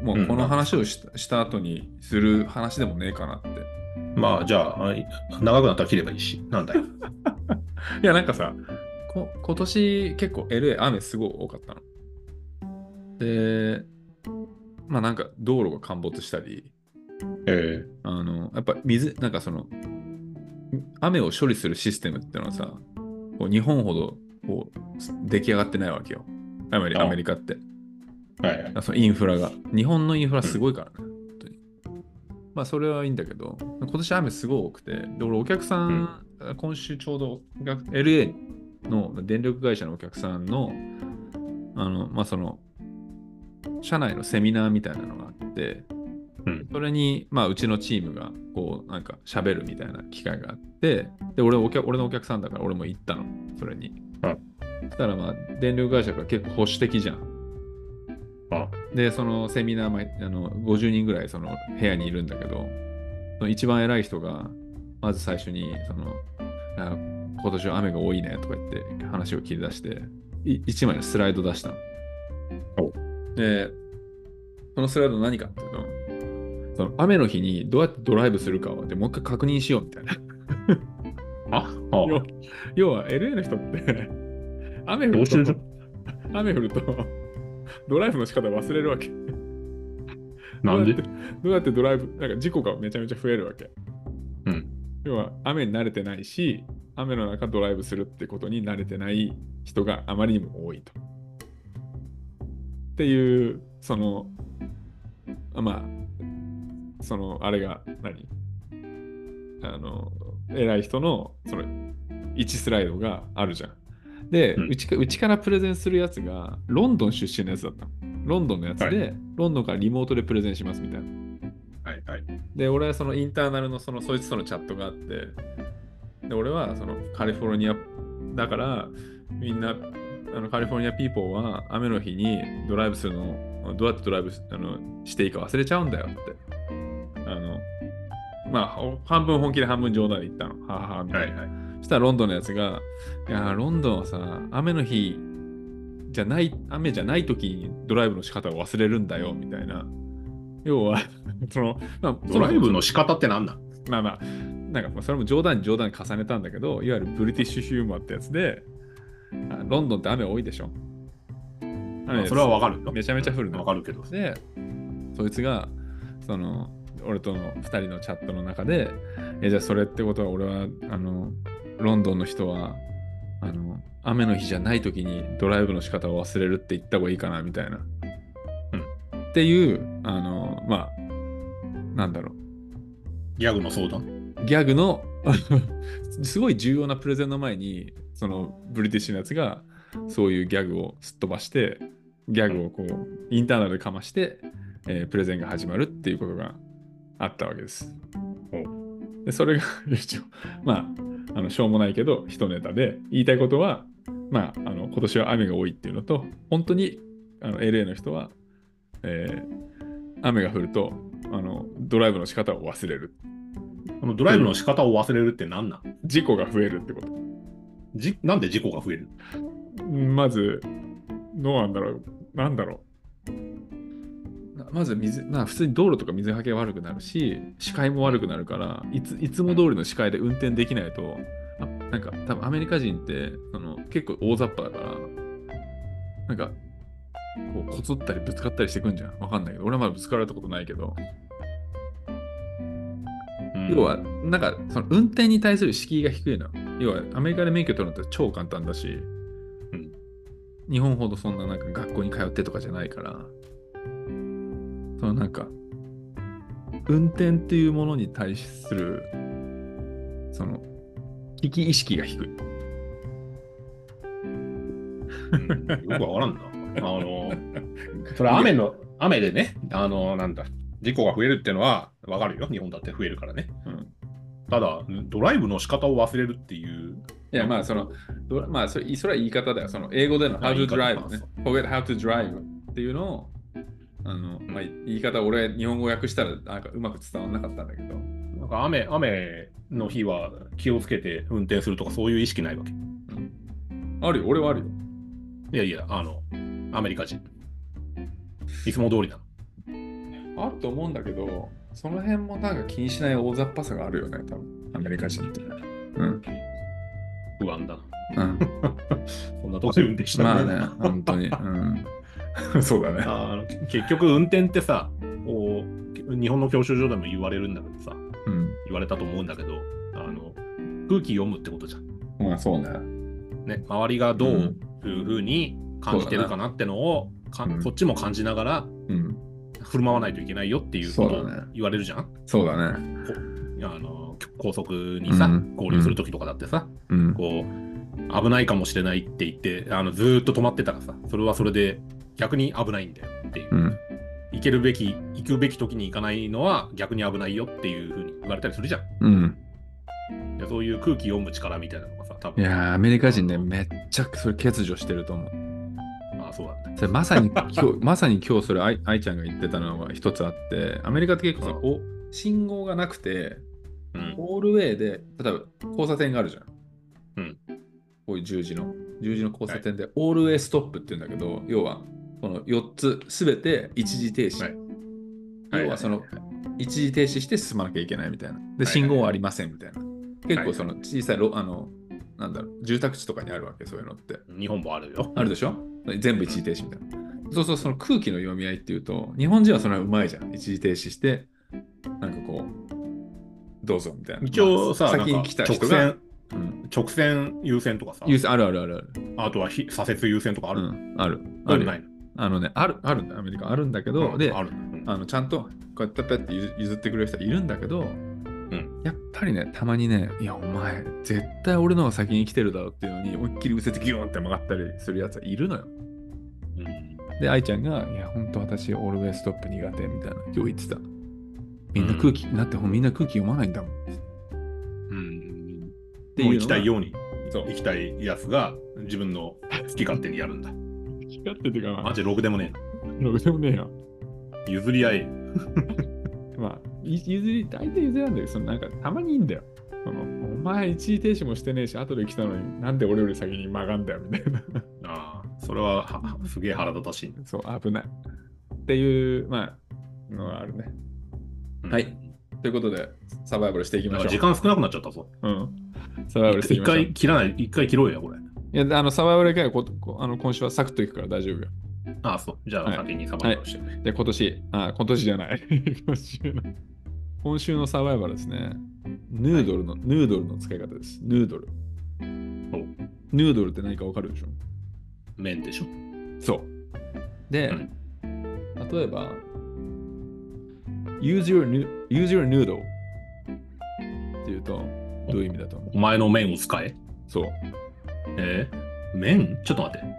Speaker 1: もうこの話をした,、した後にする話でもねえかなって。
Speaker 2: まあ、じゃあ、あい長くなったら切ればいいし、なん だよ。
Speaker 1: いや、なんかさ、こ今年結構 LA 雨すごい多かったの。で、まあなんか道路が陥没したり、
Speaker 2: え
Speaker 1: あの、やっぱ水、なんかその、雨を処理するシステムってのはさ、こう日本ほどこうす出来上がってないわけよ。アメリ
Speaker 2: あ
Speaker 1: アメリカって。
Speaker 2: えはいはい。
Speaker 1: あそのインフラが。日本のインフラすごいからね。本当にまあそれはいいんだけど、今年雨すごい多くて、で俺お客さん、今週ちょうどお客 LA の電力会社のお客さんの、あの、まあその、社内のセミナーみたいなのがあって、
Speaker 2: うん
Speaker 1: それに、まあ、うちのチームがこうなんか喋るみたいな機会があってで俺お客俺のお客さんだから俺も行ったのそれに、
Speaker 2: うん
Speaker 1: そしたらまあ電力会社が結構保守的じゃん
Speaker 2: あ
Speaker 1: でそのセミナーまあの50人ぐらいその部屋にいるんだけどその一番偉い人がまず最初にそのあ今年は雨が多いねとか言って話を切り出して1枚のスライド出したのでそのスライド何かっていうとその雨の日にどうやってドライブするかをでもう一回確認しようみたいな
Speaker 2: あ、あ
Speaker 1: よ要は LA の人って雨降
Speaker 2: どうして
Speaker 1: る
Speaker 2: る
Speaker 1: と雨降るとドライブの仕方忘れるわけ
Speaker 2: なんで
Speaker 1: どうやってどうやってドライブ、なんか事故がめちゃめちゃ増えるわけ。
Speaker 2: うん
Speaker 1: 要は雨に慣れてないし、雨の中ドライブするってことに慣れてない人があまりにも多いと。っていう、その、あまあ、その、あれが何、あの、偉い人の、それ、1スライドがあるじゃん。で、
Speaker 2: う
Speaker 1: うんちかうちからプレゼンするやつが、ロンドン出身のやつだったの。ロンドンのやつで、
Speaker 2: は
Speaker 1: ロンドンからリモートでプレゼンしますみたいな。
Speaker 2: はいはい。
Speaker 1: で、俺はそのインターナルのそのそいつとのチャットがあって、で、俺はそのカリフォルニアだから、みんな、あのカリフォルニアピーポーは雨の日にドライブするのをどうやってドライブしあのしていいか忘れちゃうんだよって。あの、まあ、ほ半分本気で半分冗談で言ったの。はあはあみたいな。
Speaker 2: はい。
Speaker 1: そしたらロンドンのやつが、いやー、ロンドンはさ、雨の日じゃない、雨じゃない時にドライブの仕方を忘れるんだよ、みたいな。要は、 その、まあ、
Speaker 2: ドライブ
Speaker 1: の、
Speaker 2: の仕方ってなんだ
Speaker 1: まあまあ、なんかまあそれも冗談に冗談重ねたんだけど、いわゆるブリティッシュヒューマーってやつで、あロンドンって雨多いでしょ。雨
Speaker 2: それはわかるよ。
Speaker 1: めちゃめちゃ降るの
Speaker 2: わかるけど。
Speaker 1: でそいつがその俺との2人のチャットの中で「えじゃあそれってことは俺はあのロンドンの人はあの雨の日じゃない時にドライブの仕方を忘れるって言った方がいいかな」みたいな。っていうあのまあなんだろ
Speaker 2: ギャグの相談。
Speaker 1: うギャグの すごい重要なプレゼンの前にそのブリティッシュのやつがそういうギャグをすっ飛ばしてギャグをこうインターナルでかまして、えープレゼンが始まるっていうことがあったわけです。でそれが 一応まああのしょうもないけど一ネタで言いたいことはまああの今年は雨が多いっていうのと本当にあの LA の人はえー雨が降るとあのドライブの仕方を忘れる
Speaker 2: このドライブの仕方を忘れるって何なん
Speaker 1: 事故が増えるってこと
Speaker 2: じなんで事故が増える
Speaker 1: まず、どうなんだろう。なんだろう。なまず水、な普通に道路とか水はけが悪くなるし、視界も悪くなるから、いついつも通りの視界で運転できないと、あなんか、多分アメリカ人ってその結構大雑把だから、なんか、こう、こつったりぶつかったりしてくんじゃん。わかんないけど、俺はまだぶつかられたことないけど、
Speaker 2: うん
Speaker 1: 要は、なんか、その運転に対する敷居が低いの。要は、アメリカで免許取るのって超簡単だし、
Speaker 2: ん
Speaker 1: 日本ほどそんななんか学校に通ってとかじゃないから、そのなんか、運転っていうものに対する、その、危機意識が低い。
Speaker 2: うんよくわからんな。あの、 それ雨の、雨でね、あの、なんだ、事故が増えるってのはわかるよ。日本だって増えるからね。
Speaker 1: うん
Speaker 2: ただ、ドライブの仕方を忘れるっていう。
Speaker 1: いや、まあ、その、ドラまあそれ、それは言い方だよ。その、英語での
Speaker 2: あ
Speaker 1: how to
Speaker 2: 言い方
Speaker 1: drive ね
Speaker 2: そ。
Speaker 1: forget how to drive っていうのを、あの、まあ、言い方、俺、日本語訳したら、なんかうまく伝わんなかったんだけど、
Speaker 2: なんか雨、雨の日は気をつけて運転するとかそういう意識ないわけ。い
Speaker 1: あるよ、俺はあるよ。
Speaker 2: やいや、あの、アメリカ人。いつも通りだ。
Speaker 1: あると思うんだけど、その辺もなんか気にしない大雑把さがあるよね、多分アメリカ人って。 うん。
Speaker 2: 不安だな。
Speaker 1: うん、
Speaker 2: そんなとこで運転した
Speaker 1: まあ
Speaker 2: くない
Speaker 1: ね
Speaker 2: な、
Speaker 1: 本 当に。うん、 そうだね。
Speaker 2: あの結局、運転ってさ、こう日本の教習所でも言われるんだけどさ、
Speaker 1: うん。
Speaker 2: 言われたと思うんだけど、あの空気読むってことじゃん。
Speaker 1: まあそうね。
Speaker 2: ね、周りがどういうふうに感じてるかなってのを、か
Speaker 1: うん
Speaker 2: こっちも感じながら
Speaker 1: うん。
Speaker 2: 振る舞わないといけないよっていうこと
Speaker 1: そ
Speaker 2: を
Speaker 1: うだね
Speaker 2: 言われるじゃん。
Speaker 1: そうだね。
Speaker 2: あの高速にさ、
Speaker 1: うん
Speaker 2: 合流するときとかだってさ、
Speaker 1: うん。
Speaker 2: こう危ないかもしれないって言って、あのずーっと止まってたらさ、それはそれで逆に危ないんだよっていう。
Speaker 1: うん。
Speaker 2: 行けるべき、行くべき時に行かないのは逆に危ないよっていうふうに言われたりするじゃん。
Speaker 1: うん。
Speaker 2: でそういう空気読む力みたいなのがさ、多
Speaker 1: い
Speaker 2: 分
Speaker 1: やー、アメリカ人ね、めっちゃそれ欠如してると思う。
Speaker 2: あそうだった。
Speaker 1: それま さに今日、まさに今日それ、愛愛ちゃんが言ってたのが一つあって、アメリカって結構さ、
Speaker 2: うん
Speaker 1: お信号がなくて、
Speaker 2: うん
Speaker 1: オールウェイで、例えば交差点があるじゃん。
Speaker 2: うん。
Speaker 1: こういう十字の、十字の交差点で、オールウェイストップって言うんだけど、要は、この4つすべて一時停止。
Speaker 2: はい
Speaker 1: 要はその
Speaker 2: い、
Speaker 1: 一時停止して進まなきゃいけないみたいな。で、
Speaker 2: はい
Speaker 1: 信号はありませんみたいな。結
Speaker 2: はいは
Speaker 1: 構
Speaker 2: い
Speaker 1: その小さいろ、あの、なんだろう、住宅地とかにあるわけ、そういうのって。
Speaker 2: 日本もある よ。
Speaker 1: あるでしょ全部一時停止みたいな。そうそう、その空気の読み合いっていうと、日本人はそれはうまいじゃん。一時停止して、なんかこう、どうぞみたいな。
Speaker 2: 一応さ、
Speaker 1: まあ
Speaker 2: なん
Speaker 1: 先
Speaker 2: か
Speaker 1: に来た
Speaker 2: 直
Speaker 1: 人が、
Speaker 2: 線、
Speaker 1: うん、
Speaker 2: 直線優先とかさ、
Speaker 1: 優先あるあるあるある。
Speaker 2: あとはひ左折優先とかあ
Speaker 1: ある、
Speaker 2: る。
Speaker 1: う、
Speaker 2: うん
Speaker 1: ある。
Speaker 2: あ
Speaker 1: あ
Speaker 2: る
Speaker 1: る
Speaker 2: な
Speaker 1: よ
Speaker 2: いの
Speaker 1: あのね、ある、あるんだよアメリカあるんだけど、
Speaker 2: うん
Speaker 1: で、
Speaker 2: あ
Speaker 1: あ
Speaker 2: るうん
Speaker 1: の、ちゃんと、こうやってペッて譲譲ってくれる人はいるんだけど、
Speaker 2: ん
Speaker 1: やっぱりね、たまにね、いや、お前、絶対俺の方が先に来てるだろうっていうのに、思いっきり右折ギューンって曲がったりするやつはいるのよ。
Speaker 2: うん
Speaker 1: で、愛ちゃんが、いや、ほんと私、オールウェイストップ苦手みたいな、今日言ってた。みんな空気、なってほんみんな空気読まないんだもん。っ
Speaker 2: うん。
Speaker 1: て
Speaker 2: もう
Speaker 1: いう
Speaker 2: 行きたい
Speaker 1: よ。
Speaker 2: ように、
Speaker 1: そう。
Speaker 2: 行きたいやつが自分の好き勝手にやるんだ。
Speaker 1: き合っててか、
Speaker 2: マジでろくでもね
Speaker 1: どうでもねえよ。
Speaker 2: えな。譲り合い。
Speaker 1: まあ、い譲り、大体譲りなんだけど、そのなんか、たまにいいんだよ。そのお前、一時停止もしてねえし、後で来たのに、なんで俺より先に曲がんだよ、みたいな。
Speaker 2: ああ、それははすげえ腹立たしい。
Speaker 1: そう、危ない。っていう、まあ、のがあるね。
Speaker 2: うん
Speaker 1: はい。ということで、サバイバルしていきましょう。
Speaker 2: 時間少なくなっちゃったぞ。
Speaker 1: うん。サバイバルしてい
Speaker 2: 一
Speaker 1: きましょう。
Speaker 2: 回切らない、一回切ろうよ、これ。
Speaker 1: いや、あの、サバイバル会ここあの今週はサクッといくから大丈夫よ。
Speaker 2: ああ、そう。じゃあ、
Speaker 1: はい
Speaker 2: 先にサバイバルしてね。
Speaker 1: で、今年、あ、今年じゃない。 今週の、今週のサバイバルですね。ヌードルの、ヌードルの使い方です。ヌードル。ヌードルって何かわかるでしょ
Speaker 2: 麺でしょ。
Speaker 1: そう。で、
Speaker 2: うん
Speaker 1: 例えば、use your, nu- use your noodle っていうと、どういう意味だと思う
Speaker 2: お前の麺を使え。
Speaker 1: そう。
Speaker 2: えー、麺ちょっと待って。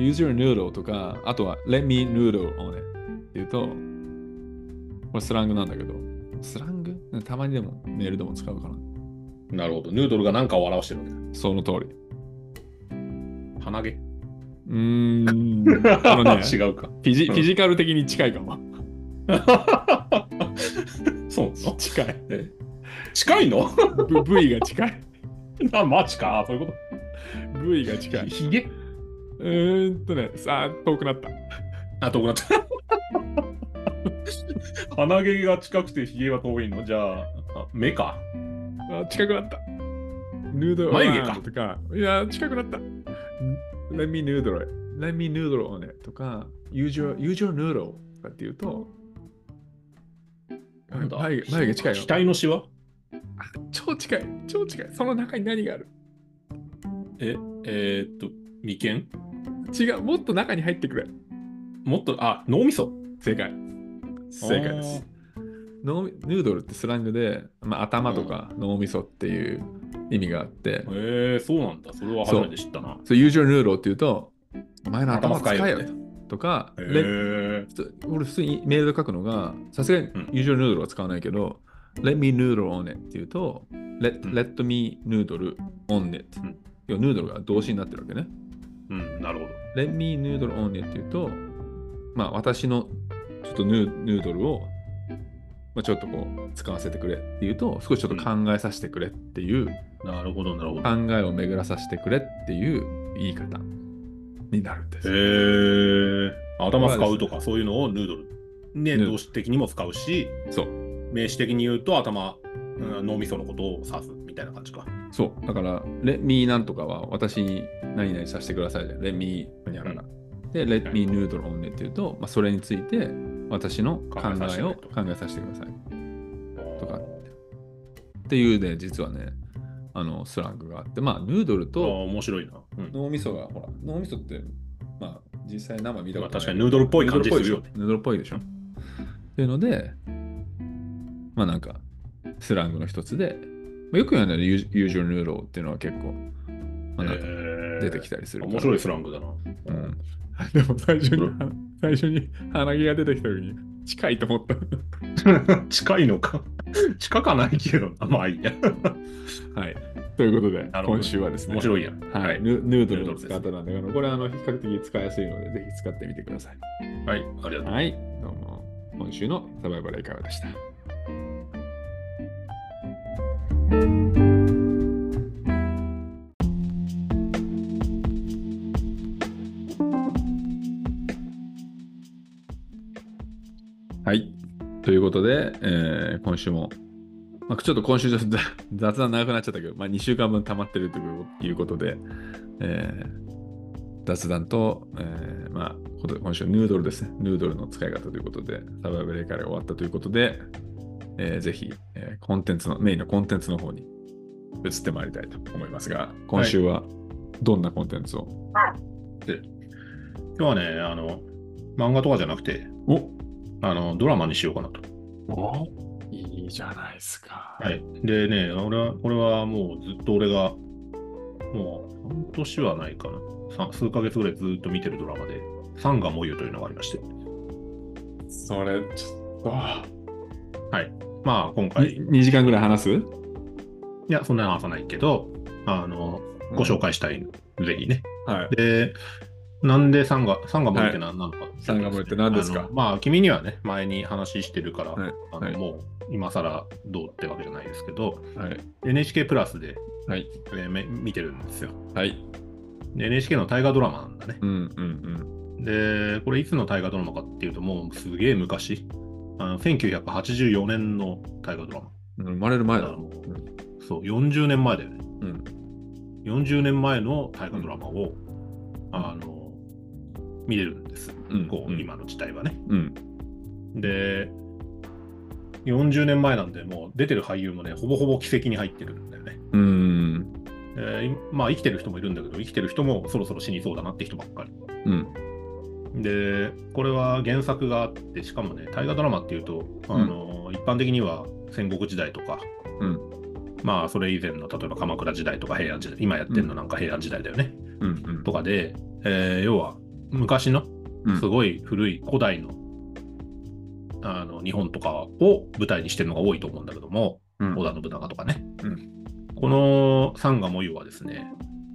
Speaker 1: Use your noodle とか、あとは Let me noodle on it っていうと、これスラングなんだけど、スラングたまにでもメールでも使うかな。
Speaker 2: なるほど。ヌードルが何かを表してるわけだ。
Speaker 1: その通り。
Speaker 2: 鼻毛。
Speaker 1: うーん。あのね、フ
Speaker 2: 違うか。
Speaker 1: ィジ
Speaker 2: うん
Speaker 1: フィジカル的に近いかも。
Speaker 2: そうなの
Speaker 1: 近い。
Speaker 2: 近いの
Speaker 1: ぶ部位が近い。
Speaker 2: あ、マジか。そういうこ
Speaker 1: 部位が近
Speaker 2: と。
Speaker 1: い。
Speaker 2: ひげ
Speaker 1: うーんとね、さあ、遠くなった。
Speaker 2: あ、遠くな った。鼻毛が近くてひげは遠いのじゃあ、あ目か。
Speaker 1: あ近くなった。ヌードル
Speaker 2: 眉毛か
Speaker 1: とか、いや、近くなった。ん Let me noodle it. Let me noodle on it. とか、Use your, use your noodle. とかって言うと、
Speaker 2: なんだ
Speaker 1: 眉毛眉毛近いよ。
Speaker 2: 額のシワ
Speaker 1: 超近い。超近い。その中に何がある
Speaker 2: え、えーっと、眉間
Speaker 1: 違う。もっと中に入ってくれ。
Speaker 2: もっと、あ、脳みそ。
Speaker 1: 正解。正解です。脳みヌードルってスラングで、まあ、頭とか脳みそっていう意味があって、
Speaker 2: あー。えー、そうなんだ。それは初めて知ったな。
Speaker 1: そう、usual noodle って言うと、お前の頭使え
Speaker 2: 頭使え
Speaker 1: よ
Speaker 2: よね
Speaker 1: とか、
Speaker 2: え
Speaker 1: Let-
Speaker 2: ー、
Speaker 1: 普通俺普通にメールで書くのが、さすがに
Speaker 2: うん
Speaker 1: usual noodle は使わないけど、let me noodle on it って言うと、let,、
Speaker 2: うん
Speaker 1: let me noodle on it、
Speaker 2: うん
Speaker 1: 要はヌードルが動詞になってるわけね。
Speaker 2: うん、なるほど。
Speaker 1: let me noodle on it って言うと、まあ私のちょっとヌーヌードルを、まあ、ちょっとこう使わせてくれっていうと、少しちょっと考えさせてくれっていう、
Speaker 2: なるほど、なるほど。
Speaker 1: 考えを巡らさせてくれっていう言い方になるんです。
Speaker 2: へー、頭使うとか、そういうのをヌードル。
Speaker 1: ヌ
Speaker 2: ね、
Speaker 1: ードル
Speaker 2: 動詞的にも使うし、
Speaker 1: そう。
Speaker 2: 名詞的に言うと頭、うん、脳みそのことを指すみたいな感じか。
Speaker 1: そう。だから、let me なんとかは私に何々させてくださいじゃん。let me にゃらら。で、let me noodle on it っていうと、まあ、それについて私の考えを考えさせてください。とかっていうね、実はね、あの、スラングがあって、まあ、ヌードル
Speaker 2: あー
Speaker 1: と
Speaker 2: 面白いな。うん
Speaker 1: 脳みそが、ほら、脳みそって、まあ、実際生見た
Speaker 2: ま
Speaker 1: こと
Speaker 2: あ
Speaker 1: ない。
Speaker 2: 確かにヌードルっぽい感じするよね。
Speaker 1: ヌードルっぽいでしょ。っていうので、まあなんか、スラングの一つで、まあ、よく言わない usual noodle っていうのは結構、まあ、なんか出てき
Speaker 2: た。
Speaker 1: たりするから
Speaker 2: 面白いスラングだな。
Speaker 1: うん。 でも最初に、最初に鼻毛が出てきた時に、近いと思った。
Speaker 2: 近いのか。近かないけどな。まあいいや。
Speaker 1: はい。ということで
Speaker 2: な、るほど
Speaker 1: 今週はですね、
Speaker 2: 面白いや。
Speaker 1: はい、ヌヌードル
Speaker 2: ヌ
Speaker 1: の
Speaker 2: ードルです
Speaker 1: 使い方なんだけど、これはあの比較的使いやすいので、ぜひ使ってみてください。
Speaker 2: はい、ありがとう。
Speaker 1: はい、どうも。今週のサバイバルいかがでしたはい。ということで、えー今週も、まあ、ちょっと今週ちょっと雑談長くなっちゃったけど、まあ、2週間分溜まってるということで、えー雑談と、えーまあ、こと今週はヌードルですね。ヌードルの使い方ということで、サバイバル英会話が終わったということで、えーぜひ、えーコンテンツの、メインのコンテンツの方に移ってまいりたいと思いますが、今週はどんなコンテンツを、
Speaker 2: 今日はね、あの、漫画とかじゃなくて、
Speaker 1: お
Speaker 2: あの、ドラマにしようかなと。
Speaker 1: おいいじゃないですか。
Speaker 2: はい。でね、俺は、これはもうずっと俺が、もう半年はないかな。さ数ヶ月ぐらいずっと見てるドラマで、サンガモユというのがありまして。
Speaker 1: それ、ちょっと。
Speaker 2: まあ今回、い
Speaker 1: 2時間ぐらい話す
Speaker 2: や、そんなに話さないけど、あの、ご紹介したい、ぜひね。
Speaker 1: はい。
Speaker 2: で、なんでサンガ、サンガモユって何なのか、
Speaker 1: サンガモユって何ですか
Speaker 2: あのまあ君にはね、前に話してるから、
Speaker 1: はい
Speaker 2: あの
Speaker 1: はい
Speaker 2: もう今更どうってわけじゃないですけど、
Speaker 1: はい。
Speaker 2: NHK プラスで、
Speaker 1: はい。
Speaker 2: えーめ見てるんですよ。
Speaker 1: はい。
Speaker 2: で NHK の大河ドラマなんだね。
Speaker 1: うんうん
Speaker 2: で、これいつの大河ドラマかっていうと、もうすげえ昔、あの1984年の大河ドラマ。
Speaker 1: うん。生まれる前
Speaker 2: だか
Speaker 1: だ
Speaker 2: ら。もう
Speaker 1: う
Speaker 2: そう、40年前だよね。
Speaker 1: うん。
Speaker 2: 40年前の大河ドラマを、あの、見れるんです。
Speaker 1: うん
Speaker 2: こう、
Speaker 1: うん
Speaker 2: 今の時代はね。
Speaker 1: うん。
Speaker 2: で、40年前なんで、もう出てる俳優もね、ほぼほぼ奇跡に入ってるんだよね。
Speaker 1: うん。
Speaker 2: えーいまあ、生きてる人もいるんだけど、生きてる人もそろそろ死にそうだなって人ばっかり。
Speaker 1: うん。
Speaker 2: でこれは原作があってしかもね大河ドラマっていうと、あの一般的には戦国時代とか、
Speaker 1: うん
Speaker 2: まあそれ以前の例えば鎌倉時代とか平安時代今やってるのなんか平安時代だよね、
Speaker 1: うんうん
Speaker 2: とかで、えー要は昔の
Speaker 1: うん
Speaker 2: すごい古い古代の,、あの日本とかを舞台にしてるのが多いと思うんだけども
Speaker 1: うん
Speaker 2: 織田信長とかね、
Speaker 1: う
Speaker 2: この三河模様はですね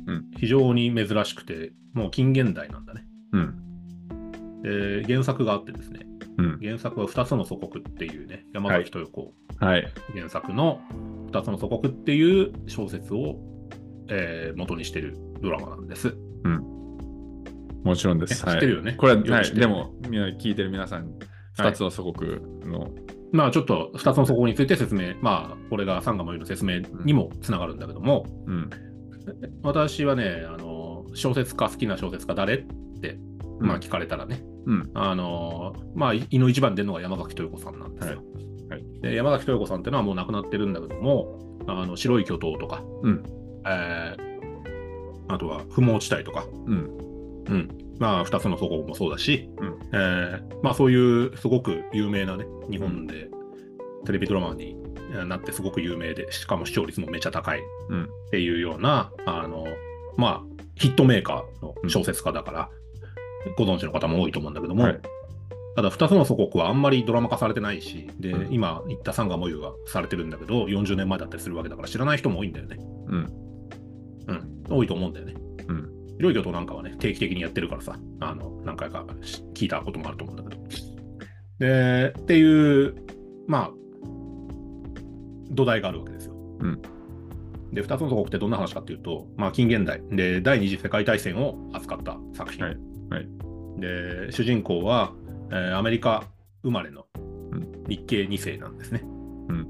Speaker 1: うん
Speaker 2: 非常に珍しくて、もう近現代なんだね。
Speaker 1: うん。
Speaker 2: で、原作があってですね、
Speaker 1: うん。
Speaker 2: 原作は2つの祖国っていうね、山崎豊子
Speaker 1: はい。
Speaker 2: 原作の2つの祖国っていう小説を、えー元にしてるドラマなんです。
Speaker 1: もちろんです。は
Speaker 2: ね知
Speaker 1: い
Speaker 2: ってるよね
Speaker 1: これは、
Speaker 2: よく
Speaker 1: は
Speaker 2: 知っ
Speaker 1: い、
Speaker 2: てる
Speaker 1: でも、みんな聞いてる皆さん、
Speaker 2: はい
Speaker 1: 二つの祖国の、
Speaker 2: まあちょっと2つの祖国について説明、まあこれがサンガマユの説明にもつながるんだけども、
Speaker 1: うん。
Speaker 2: 私はね、あの小説家、好きな小説家誰って、まあ、聞かれたらね、
Speaker 1: うん。
Speaker 2: あのーまあ、い胃の一番に出るのが山崎豊子さんなんです
Speaker 1: はい
Speaker 2: よ。
Speaker 1: は
Speaker 2: で山崎豊子さんっていうのはもう亡くなってるんだけども、あの白い巨塔とか、
Speaker 1: うん
Speaker 2: えーあとは不毛地帯とか、
Speaker 1: うん。
Speaker 2: うんまあ、二つの祖国もそうだし、
Speaker 1: うん
Speaker 2: えーまあ、そういうすごく有名なね、日本でテレビドラマにえーなってすごく有名で、しかも視聴率もめちゃ高いっ
Speaker 1: うん。
Speaker 2: ていうような、あのまあ、ヒットメーカーの小説家だから、ご存知の方も多いと思うんだけども、
Speaker 1: はい
Speaker 2: ただ2つの祖国はあんまりドラマ化されてないし、で、
Speaker 1: うん
Speaker 2: 今言ったサンガモユがされてるんだけど、40年前だったりするわけだから知らない人も多いんだよね。
Speaker 1: うん。
Speaker 2: うん。多いと思うんだよね。
Speaker 1: うん。
Speaker 2: 広い巨頭なんかはね、定期的にやってるからさ、あの、何回かし聞いたこともあると思うんだけど。で、っていう、まあ、土台があるわけですよ。
Speaker 1: うん
Speaker 2: で、2つの祖国ってどんな話かっていうと、まあ、近現代で、第二次世界大戦を扱った作品。
Speaker 1: はいはい
Speaker 2: で、主人公は、えーアメリカ生まれの
Speaker 1: ん
Speaker 2: 日系2世なんですね。
Speaker 1: うん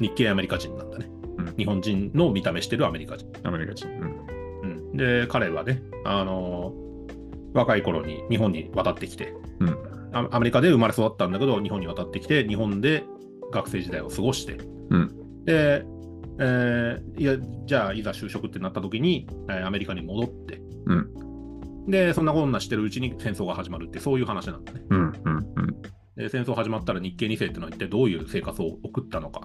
Speaker 2: 日系アメリカ人なんだね。
Speaker 1: うん
Speaker 2: 日本人の見た目してるアメリカ人。
Speaker 1: アメリカ人。うん。
Speaker 2: うん、で彼はね、あのー若い頃に日本に渡ってきて
Speaker 1: うん。
Speaker 2: アアメリカで生まれ育ったんだけど日本に渡ってきて日本で学生時代を過ごして、
Speaker 1: うん
Speaker 2: で、えーいやじゃあいざ就職ってなった時に、えーアメリカに戻って
Speaker 1: うん。
Speaker 2: でそんなこんなしてるうちに戦争が始まるってそういう話なんだね
Speaker 1: うん。うん。うん。
Speaker 2: で戦争始まったら日系2世ってのは一体どういう生活を送ったのか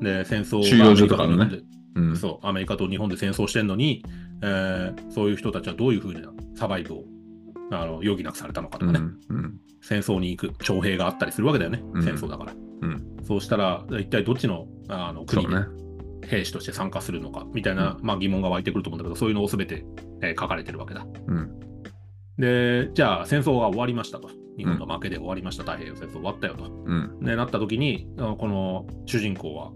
Speaker 2: で戦争が
Speaker 1: 収容所とかのね
Speaker 2: アメリカで
Speaker 1: うん。
Speaker 2: そう、アメリカと日本で戦争してるのに、えーそういう人たちはどういうふうなサバイブをあの余儀なくされたのかとかね、
Speaker 1: ん。うん。
Speaker 2: 戦争に行く徴兵があったりするわけだよね、
Speaker 1: うん
Speaker 2: 戦争だから。
Speaker 1: うん。
Speaker 2: そうしたら、一体どっちのあの
Speaker 1: そう
Speaker 2: 国で
Speaker 1: ね。
Speaker 2: 兵士として参加するのかみたいな、まあ、疑問が湧いてくると思うんだけど、そういうのをすべて、えー書かれてるわけだ。
Speaker 1: うん。
Speaker 2: で、じゃあ戦争が終わりましたと、日本の負けで終わりました、太平洋戦争終わったよと、
Speaker 1: うん。
Speaker 2: ね、なった時にあのこの主人公は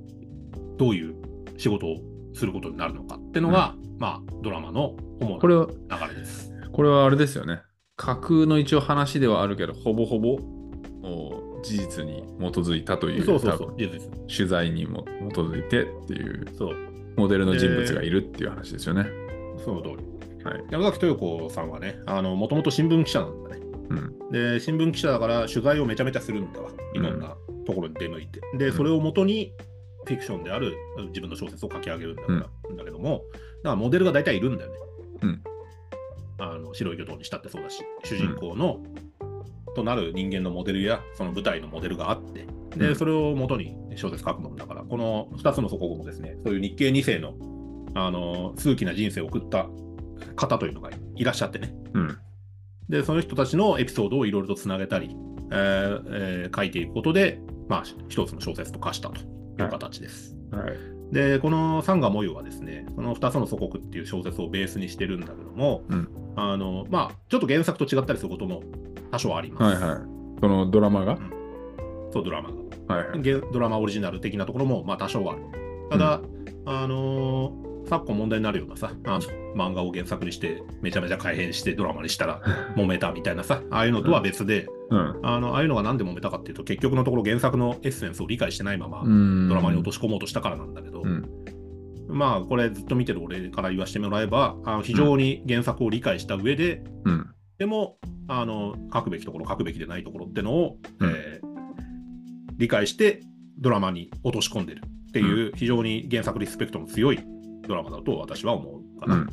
Speaker 2: どういう仕事をすることになるのかってのが、まあドラマの主
Speaker 1: これは、
Speaker 2: な流れです。
Speaker 1: これはあれですよね。架空の一応話ではあるけど、ほぼほぼもう事実に基づいたという、
Speaker 2: そうそうそ
Speaker 1: 多
Speaker 2: う
Speaker 1: 分、
Speaker 2: 事実
Speaker 1: 取材にも基づいてっていう、
Speaker 2: そう、
Speaker 1: モデルの人物がいるっていう話ですよね。
Speaker 2: その通り。
Speaker 1: はい
Speaker 2: 山崎豊子さんはね、もともと新聞記者なんだね。
Speaker 1: うん。
Speaker 2: で、新聞記者だから取材をめちゃめちゃするんだわ、いろんなところに出向いて。で、それをもとにフィクションである自分の小説を書き上げるんだから、だけども、だからモデルが大体いるんだよね。
Speaker 1: うん
Speaker 2: あの白い巨頭にしたってそうだし、主人公の、となる人間のモデルや、その舞台のモデルがあって、で、
Speaker 1: うん
Speaker 2: それを元に小説書くもんだから、この2つの祖国もですね、そういう日系2世の、あの、数奇な人生を送った方というのがいらっしゃってね、
Speaker 1: うん。
Speaker 2: で、その人たちのエピソードをいろいろとつなげたり、えーえー書いていくことで、まあ、一つの小説と化したという形です。
Speaker 1: はい。
Speaker 2: で、このサンガモユはですね、その2つの祖国っていう小説をベースにしてるんだけども、
Speaker 1: うん
Speaker 2: あの、まあ、ちょっと原作と違ったりすることも多少ありま
Speaker 1: はい
Speaker 2: す。
Speaker 1: はい。そのドラマが、
Speaker 2: そう、ドラマが。
Speaker 1: はいはい。
Speaker 2: ゲドラマオリジナル的なところも、まあ、多少はある。ただ、あのー昨今問題になるようなさ、あの漫画を原作にして、めちゃめちゃ改変してドラマ にしたら揉めたみたいなさ、ああいうのとは別で、
Speaker 1: うん。
Speaker 2: あのああいうのが何で揉めたかっていうと結局のところ原作のエッセンスを理解してないまま
Speaker 1: うん
Speaker 2: ドラマに落とし込もうとしたからなんだけど、
Speaker 1: うん。
Speaker 2: まあこれずっと見てる俺から言わせてもらえばあの非常に原作を理解した上で、
Speaker 1: うん。
Speaker 2: でもあの書くべきところ書くべきでないところってのを、
Speaker 1: うん
Speaker 2: えー理解してドラマに落とし込んでるっていう非常に原作リスペクトの強いドラマだと私は思うか
Speaker 1: う
Speaker 2: な、
Speaker 1: ん。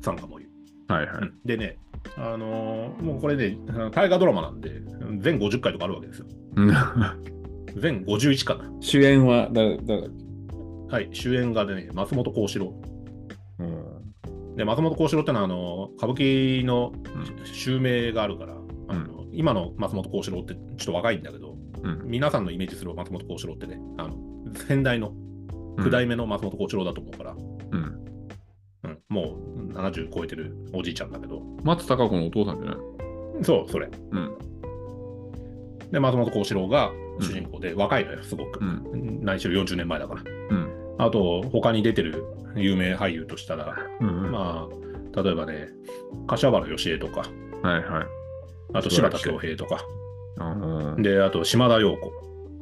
Speaker 2: 参加も言う。
Speaker 1: はいはい。
Speaker 2: でね、あのーもうこれね、あの大河ドラマなんで、全50回とかあるわけですよ。全51かな。
Speaker 1: 主演は誰誰だっけ
Speaker 2: はい、主演がね、松本幸四郎。
Speaker 1: うん。
Speaker 2: で、松本幸四郎ってのは、あの、歌舞伎の
Speaker 1: う
Speaker 2: 襲名があるから、あの今の松本幸四郎ってちょっと若いんだけど、
Speaker 1: うん
Speaker 2: 皆さんのイメージする松本幸四郎ってね、あの、先代の、九代目の松本幸四郎だと思うから、
Speaker 1: うん。
Speaker 2: うんもう70超えてるおじいちゃんだけど、
Speaker 1: 松たか子のお父さんじゃない
Speaker 2: そう、それ。
Speaker 1: うん。
Speaker 2: で、松本幸四郎が主人公で、若いのよ、すごく
Speaker 1: う。ん。
Speaker 2: 何しろ40年前だから。
Speaker 1: うん。
Speaker 2: あと、他に出てる有名俳優としたら、
Speaker 1: うんうん。
Speaker 2: まあ、例えばね、柏原芳恵とか、
Speaker 1: はいはい。
Speaker 2: あと柴田恭平とか、
Speaker 1: あのー、
Speaker 2: で、あと島田陽子、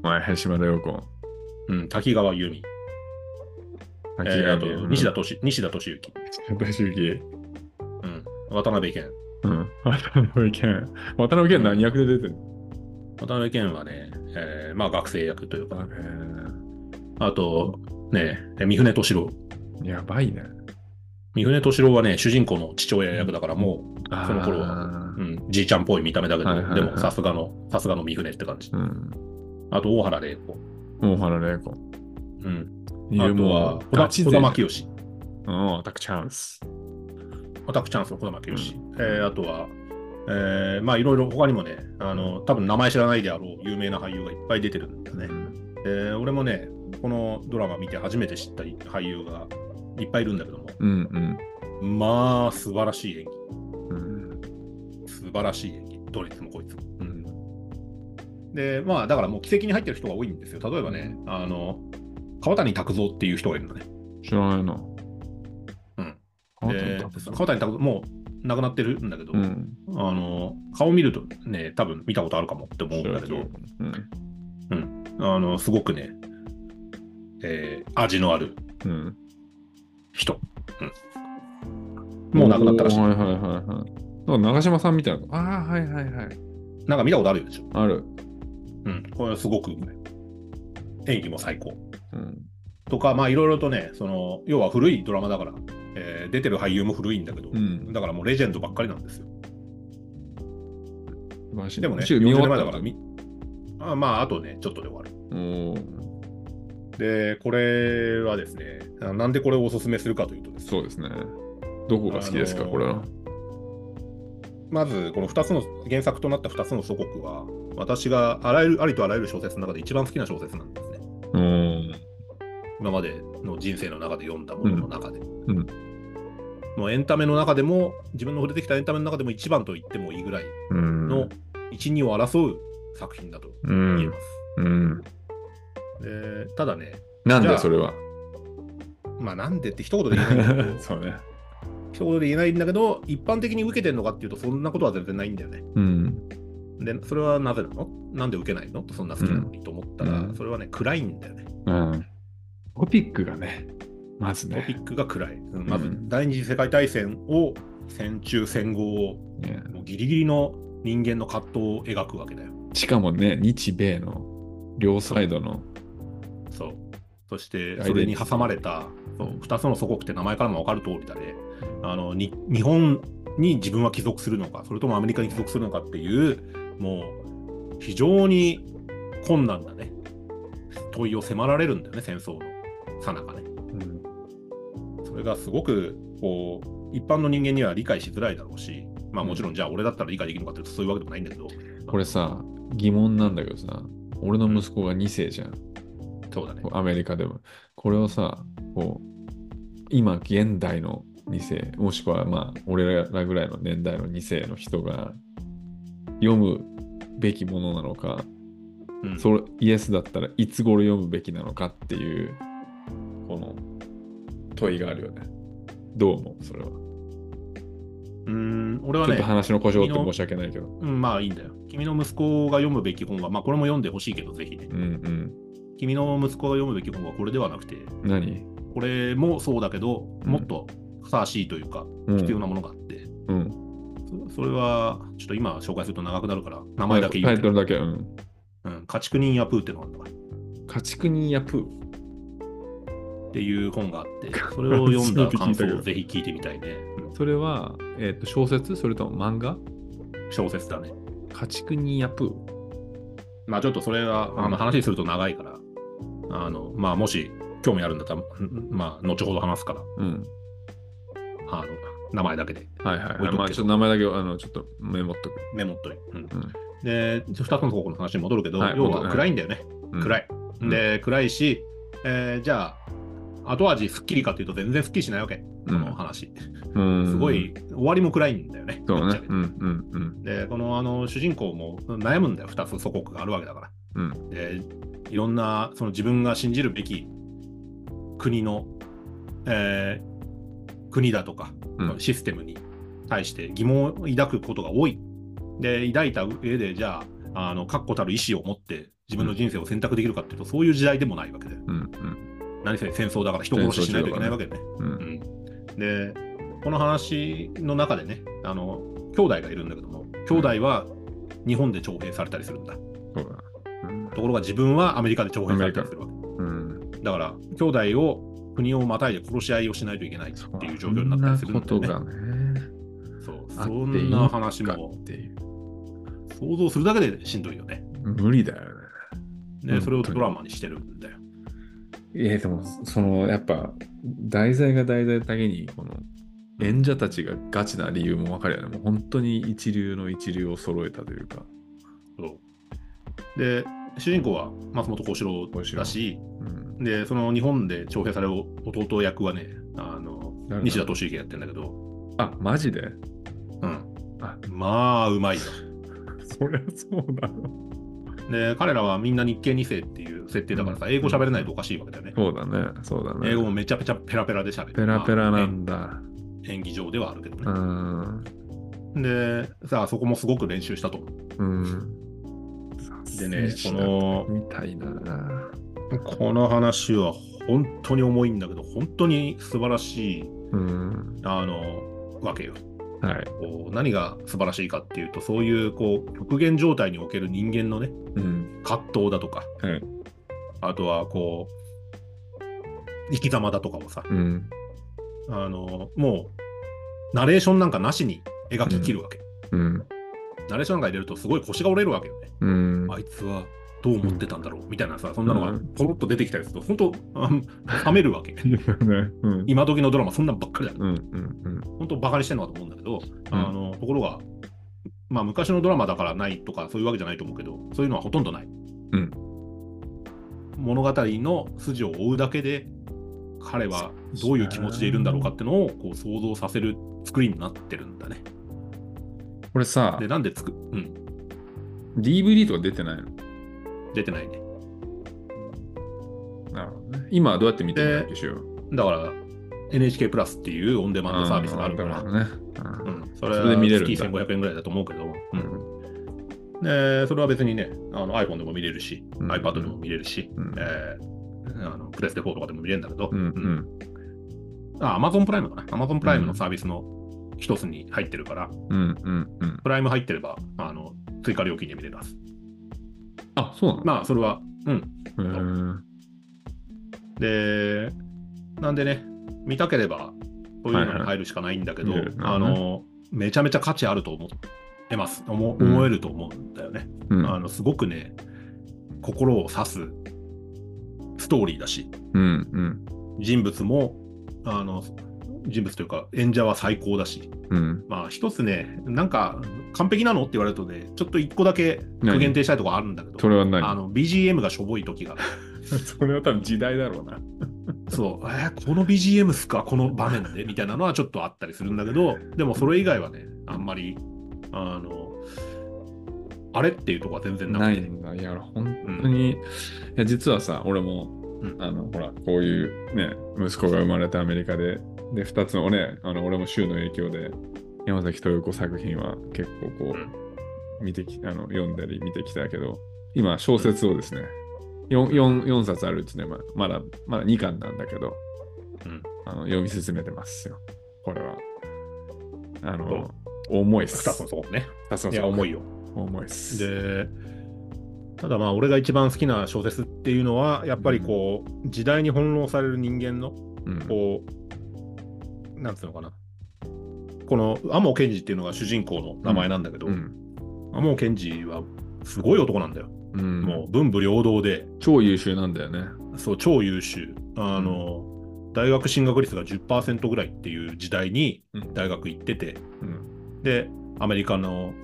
Speaker 1: はい、島田陽子。
Speaker 2: うん、滝川由美、えーあと西田。敏西田敏行、
Speaker 1: 私行
Speaker 2: うん、渡辺謙。
Speaker 1: うん。渡辺謙。渡辺謙何役で出てる
Speaker 2: 渡辺謙はね、えーまあ学生役というか、
Speaker 1: の
Speaker 2: あと、ね、三船敏郎。
Speaker 1: やばいね。
Speaker 2: 三船敏郎はね、主人公の父親役だから、もその頃は
Speaker 1: は
Speaker 2: う、。うん、じいちゃんっぽい見た目だけど、
Speaker 1: はいはいはい
Speaker 2: でもさすがの、さすがの三船って感じ。
Speaker 1: うん。
Speaker 2: あと、大原玲子。
Speaker 1: 大原玲子。
Speaker 2: うん、
Speaker 1: い
Speaker 2: あ
Speaker 1: や
Speaker 2: と
Speaker 1: も
Speaker 2: は
Speaker 1: う、
Speaker 2: 小田
Speaker 1: ガチ
Speaker 2: 小
Speaker 1: 勢
Speaker 2: 玉清。
Speaker 1: うん、アタックチャンス。
Speaker 2: オタクチャンスの小玉清、えーあとは、えーまあいろいろ他にもね、あの多分名前知らないであろう有名な俳優がいっぱい出てるんだよね。えー俺もね、このドラマ見て初めて知った俳優がいっぱいいるんだけども、
Speaker 1: うん
Speaker 2: まあ素晴らしい演
Speaker 1: うん。うん
Speaker 2: 技、素晴らしい演技、どれつもこいつも。
Speaker 1: う
Speaker 2: うんんで、まあだからもう奇跡に入ってる人が多いんですよ。例えばね、あの川谷拓三っていう人がいるのね。。
Speaker 1: 知らないな。うん変わった
Speaker 2: で
Speaker 1: んだ
Speaker 2: 川谷拓三、もう亡くなってるんだけど、
Speaker 1: うん。
Speaker 2: あの顔見るとね、多分見たことあるかもって思うんだけど、
Speaker 1: うん。
Speaker 2: あのすごくね、えー味のある
Speaker 1: うん。
Speaker 2: 人、うんもう亡くなったらしい。
Speaker 1: おーはいはいはいはい。なんか長嶋さんみたいな。ああ、はいはいはい。
Speaker 2: なんか見たことあるでしょ。
Speaker 1: ある。
Speaker 2: うん、これはすごく、演技も最高。
Speaker 1: うん。
Speaker 2: とか、まあいろいろとね、その要は古いドラマだから、えー出てる俳優も古いんだけど、
Speaker 1: うん
Speaker 2: だからもうレジェンドばっかりなんですよ。
Speaker 1: 素晴らしい。
Speaker 2: でもね、
Speaker 1: むしろ見終
Speaker 2: 40年
Speaker 1: わ
Speaker 2: 前
Speaker 1: っ
Speaker 2: だ
Speaker 1: た
Speaker 2: からみあ、まああとね、ちょっとで終わる。
Speaker 1: おおー。
Speaker 2: で、これはですね、あなんでこれをおすすめするかというとですね
Speaker 1: そうですね。どこが好きですか、
Speaker 2: あのー
Speaker 1: これは。
Speaker 2: まず、この2つの原作となった2つの祖国は、私があらゆるありとあらゆる小説の中で一番好きな小説なんですね。
Speaker 1: うん。
Speaker 2: 今までの人生の中で読んだものの中で。
Speaker 1: うん
Speaker 2: もうエンタメの中でも、自分の触れてきたエンタメの中でも一番と言ってもいいぐらい
Speaker 1: うん。
Speaker 2: の一、二を争う作品だと
Speaker 1: う
Speaker 2: 言え
Speaker 1: ん
Speaker 2: ま。
Speaker 1: うん。
Speaker 2: す。でただね、
Speaker 1: なん
Speaker 2: じゃ
Speaker 1: で
Speaker 2: あ
Speaker 1: それ は。
Speaker 2: まあ、なんでって一言で言えないんだ けど、
Speaker 1: そうね。
Speaker 2: 一言で言えないんだけど、一般的に受けてるのかっていうと、そんなことは全然ないんだよね。
Speaker 1: うん。
Speaker 2: で、それはなぜなのなんで受けないのそんな好きなのにと思ったら、
Speaker 1: うん
Speaker 2: それはね、暗いんだよね。
Speaker 1: うん。トピックがね、まず
Speaker 2: トピ
Speaker 1: ね。
Speaker 2: ックが暗い。うんま
Speaker 1: う
Speaker 2: ず
Speaker 1: ん
Speaker 2: 第二次世界大戦を戦中戦後を
Speaker 1: ね
Speaker 2: もうギリギリの人間の葛藤を描くわけだよ。
Speaker 1: しかもね、日米の両サイドの。
Speaker 2: そう。そして
Speaker 1: 大
Speaker 2: それに
Speaker 1: 連立
Speaker 2: 挟まれたそう2つの祖国って名前からも分かる通りだね。あのに日本に自分は帰属するのか、それともアメリカに帰属するのかっていう、もう非常に困難なね、問いを迫られるんだよね、戦争のさなかね。
Speaker 1: うん。
Speaker 2: それがすごくこう一般の人間には理解しづらいだろうし、まあ、もちろんじゃあ俺だったら理解できるのかっていうとそういうわけでもないんだけど、
Speaker 1: これさ、疑問なんだけどさ、俺の息子が2世じゃん。
Speaker 2: そうだね。
Speaker 1: こうアメリカでも。これをさ、こう、今、現代の2世、もしくはまあ、俺らぐらいの年代の2世の人が読むべきものなのか、
Speaker 2: うん、
Speaker 1: それイエスだったらいつ頃読むべきなのかっていう、この問いがあるよね。どう思うそれは。
Speaker 2: うん俺は
Speaker 1: ちょっと
Speaker 2: ね、
Speaker 1: 話の故障って申し訳ないけど。
Speaker 2: うん、まあいいんだよ。君の息子が読むべき本は、まあこれも読んでほしいけど、ぜひね
Speaker 1: う。ん
Speaker 2: 君の息子が読むべき本はこれではなくて、
Speaker 1: うん。何
Speaker 2: これもそうだけど、
Speaker 1: うん
Speaker 2: もっとふさわしいというか、
Speaker 1: うん
Speaker 2: 必要なものがあって、
Speaker 1: うん。
Speaker 2: そそれはちょっと今紹介すると長くなるから、名前だけ
Speaker 1: タ
Speaker 2: 言う
Speaker 1: イ
Speaker 2: け
Speaker 1: ト
Speaker 2: ど、
Speaker 1: ルだけ。うん。
Speaker 2: うん、家畜人やプーってのがあるんだから
Speaker 1: 家畜人やプー。
Speaker 2: っていう本があ って、それを読んだ
Speaker 1: 初めて聞
Speaker 2: 感
Speaker 1: いたけど
Speaker 2: 想をぜひ聞いてみたいね。うん
Speaker 1: それは、えっと小説それとも漫画
Speaker 2: 小説だね。
Speaker 1: 家畜人やプー。
Speaker 2: まあちょっとそれはあの話すると長いから、あのまあもし興味あるんだったら、うんまあ後ほど話すから、
Speaker 1: うん。
Speaker 2: あの名前だけで
Speaker 1: はいはい、
Speaker 2: 置
Speaker 1: はい
Speaker 2: とくけ
Speaker 1: い。
Speaker 2: ど
Speaker 1: まあちょっと名前だけあのちょっとメモっとく。
Speaker 2: メモっといて。うん
Speaker 1: うん
Speaker 2: で、2つのところの話に戻るけど、
Speaker 1: はい
Speaker 2: 要
Speaker 1: 戻
Speaker 2: は
Speaker 1: る
Speaker 2: 暗いんだよね。
Speaker 1: うん
Speaker 2: 暗い。
Speaker 1: うん
Speaker 2: で、暗いし、えーじゃあ、後味すっきりかっていうと全然すっきりしないわけ、
Speaker 1: う
Speaker 2: この
Speaker 1: ん
Speaker 2: 話。
Speaker 1: うん
Speaker 2: すごい終わりも暗いんだよね。
Speaker 1: そう
Speaker 2: ぶっち
Speaker 1: ね
Speaker 2: ゃけて
Speaker 1: うんうん
Speaker 2: で、このあの主人公も悩むんだよ、2つ祖国があるわけだから。
Speaker 1: うんうん
Speaker 2: でいろんなその自分が信じるべき国の、えー国だとか、
Speaker 1: うん
Speaker 2: システムに対して疑問を抱くことが多い。で抱いた上でじゃああの確固たる意思を持って自分の人生を選択できるかっていうと、そういう時代でもないわけで
Speaker 1: うん
Speaker 2: 何せ戦争だから人殺ししないといけないわけでね。
Speaker 1: うんうん
Speaker 2: うん、でこの話の中でねあの兄弟がいるんだけども兄弟は日本で徴兵されたりするんだ。
Speaker 1: そうだうん
Speaker 2: ところが自分はアメリカで徴兵されたりするわけ。
Speaker 1: うん
Speaker 2: だから、兄弟を国をまたいで殺し合いをしないといけないっていう状況になったりするんだ
Speaker 1: そ
Speaker 2: よ
Speaker 1: んな
Speaker 2: ね。
Speaker 1: ことがね
Speaker 2: そう
Speaker 1: あ
Speaker 2: そ
Speaker 1: っていいの
Speaker 2: んな話
Speaker 1: か
Speaker 2: も
Speaker 1: っていう
Speaker 2: 想像するだけでしんどいよね。
Speaker 1: 無理だよね
Speaker 2: ね
Speaker 1: うん
Speaker 2: それをドラマにしてるんだよ。
Speaker 1: いやでもそのやっぱ題材が題材だけにこの演者たちがガチな理由もわかるよねもう本当に一流の一流を揃えたというか
Speaker 2: そうで、主人公は松本
Speaker 1: 幸
Speaker 2: 幸四
Speaker 1: 四
Speaker 2: 郎
Speaker 1: 郎
Speaker 2: だし、
Speaker 1: うん
Speaker 2: で、その日本で徴兵される弟役はね、あの
Speaker 1: 誰だ
Speaker 2: 西田敏行やってんだけど、
Speaker 1: あマジで
Speaker 2: うん
Speaker 1: あ。
Speaker 2: まあ、うまいよ。
Speaker 1: そりゃそうだろ
Speaker 2: で、彼らはみんな日系2世っていう設定だからさ、英語喋れないとおかしいわけだよね。
Speaker 1: そうだねそうだね
Speaker 2: 英語もめちゃめちゃペラペラで喋る。
Speaker 1: ペラペラ
Speaker 2: まあ
Speaker 1: なんだ
Speaker 2: 演技上ではあるけど
Speaker 1: う
Speaker 2: ね。
Speaker 1: ん
Speaker 2: で、さあそこもすごく練習したと。
Speaker 1: うん
Speaker 2: でね、こ
Speaker 1: 選手だ
Speaker 2: の
Speaker 1: みたいな
Speaker 2: この話は本当に重いんだけど、本当に素晴らしい
Speaker 1: うん
Speaker 2: あのわけよ。
Speaker 1: はい
Speaker 2: こう何が素晴らしいかっていうと、そういうこう極限状態における人間のね、
Speaker 1: うん
Speaker 2: 葛藤だとか、
Speaker 1: はい
Speaker 2: あとはこう、生き様だとかをさ、
Speaker 1: うん
Speaker 2: あのもう、ナレーションなんかなしに描ききるわけ。
Speaker 1: うん
Speaker 2: ナレーションなんか入れると、すごい腰が折れるわけよね。
Speaker 1: うん
Speaker 2: あいつはどう思ってたんだろうみたいなさ、そんなの
Speaker 1: う
Speaker 2: が
Speaker 1: ん
Speaker 2: ポロッと出てきたりすると、本当、あの冷めるわけ。
Speaker 1: いいよねうん
Speaker 2: 今時のドラマ、そんなんばっかりだよ。
Speaker 1: うんうん
Speaker 2: 本当、バカにしてるのかと思うんだけど、あのところが、まあ、昔のドラマだからないとか、そういうわけじゃないと思うけど、そういうのはほとんどない。
Speaker 1: うん
Speaker 2: 物語の筋を追うだけで、彼はどういう気持ちでいるんだろうかってのをこう想像させる作りになってるんだね。
Speaker 1: これさ
Speaker 2: で、なんでつく、うん、
Speaker 1: DVD とか出てないの
Speaker 2: 出てないね。
Speaker 1: なるほどね今はどうやって見てるんだっけしよ
Speaker 2: だから、NHK プラスっていうオンデマンドサービスがあるから、
Speaker 1: ね
Speaker 2: う、
Speaker 1: うん
Speaker 2: それ
Speaker 1: それで見れるんだ
Speaker 2: 月1500円ぐらいだと思うけど、うん
Speaker 1: ん
Speaker 2: でそれは別にねあの iPhone でも見れるし、
Speaker 1: うん
Speaker 2: iPad でも見れるし、
Speaker 1: うん
Speaker 2: えーあのプレステ4とかでも見れるんだけど、
Speaker 1: うんうん
Speaker 2: あ Amazon プライムかな Amazon プライムのサービスの一つに入ってるから、
Speaker 1: うんうんうん
Speaker 2: プライム入ってればあの追加料金で見れます
Speaker 1: あそうなの
Speaker 2: まあそれはうん
Speaker 1: へー
Speaker 2: でなんでね見たければそういうのに入るしかないんだけど、
Speaker 1: はいはい見れるな
Speaker 2: あのめちゃめちゃ価値あると思ってます思思えると思うんだよね、
Speaker 1: うん
Speaker 2: あのすごくね、心を刺すストーリーだし、
Speaker 1: うん
Speaker 2: 人物も、あの人物というか、演者は最高だし、
Speaker 1: うんうん
Speaker 2: まあ、一つね、なんか、完璧なのって言われるとね、ちょっと一個だけ
Speaker 1: 何
Speaker 2: 限定したいとこあるんだけ
Speaker 1: そ
Speaker 2: ど、
Speaker 1: れは
Speaker 2: あ
Speaker 1: 何
Speaker 2: の BGM がしょぼい時が、
Speaker 1: それは多分時代だろうな
Speaker 2: そう、えーこの BGM っすか、この場面でみたいなのはちょっとあったりするんだけど、でもそれ以外はね、あんまり、あの、あれっていうとこは全然な
Speaker 1: な
Speaker 2: く
Speaker 1: い
Speaker 2: て。
Speaker 1: んだいや本当にいや実はさ俺も
Speaker 2: うん
Speaker 1: あのほらこういうね息子が生まれたアメリカでで2つのねあの俺も州の影響で山崎豊子作品は結構こ
Speaker 2: うん
Speaker 1: う見てきあの読んだり見てきたけど今小説をですね 4, 4, 4冊あるうちねままだまだ2巻なんだけど、
Speaker 2: うん
Speaker 1: あの読み進めてますよこれはあ
Speaker 2: ど
Speaker 1: の重いっす
Speaker 2: 二つもそうね。
Speaker 1: 二つの
Speaker 2: いや、重いよ。
Speaker 1: 重いっす
Speaker 2: でただまあ俺が一番好きな小説っていうのはやっぱりこう、時代に翻弄される人間の
Speaker 1: うん
Speaker 2: こうなんつうのかなこの天野賢治っていうのが主人公の名前なんだけど、
Speaker 1: うん
Speaker 2: 天野賢治はすごい男なんだよ、
Speaker 1: うん
Speaker 2: もう文武両道で
Speaker 1: 超優秀なんだよね
Speaker 2: そう超優秀あの、大学進学率が10%ぐらいっていう時代に
Speaker 1: うん
Speaker 2: 大学行ってて、
Speaker 1: うん
Speaker 2: でアメリカの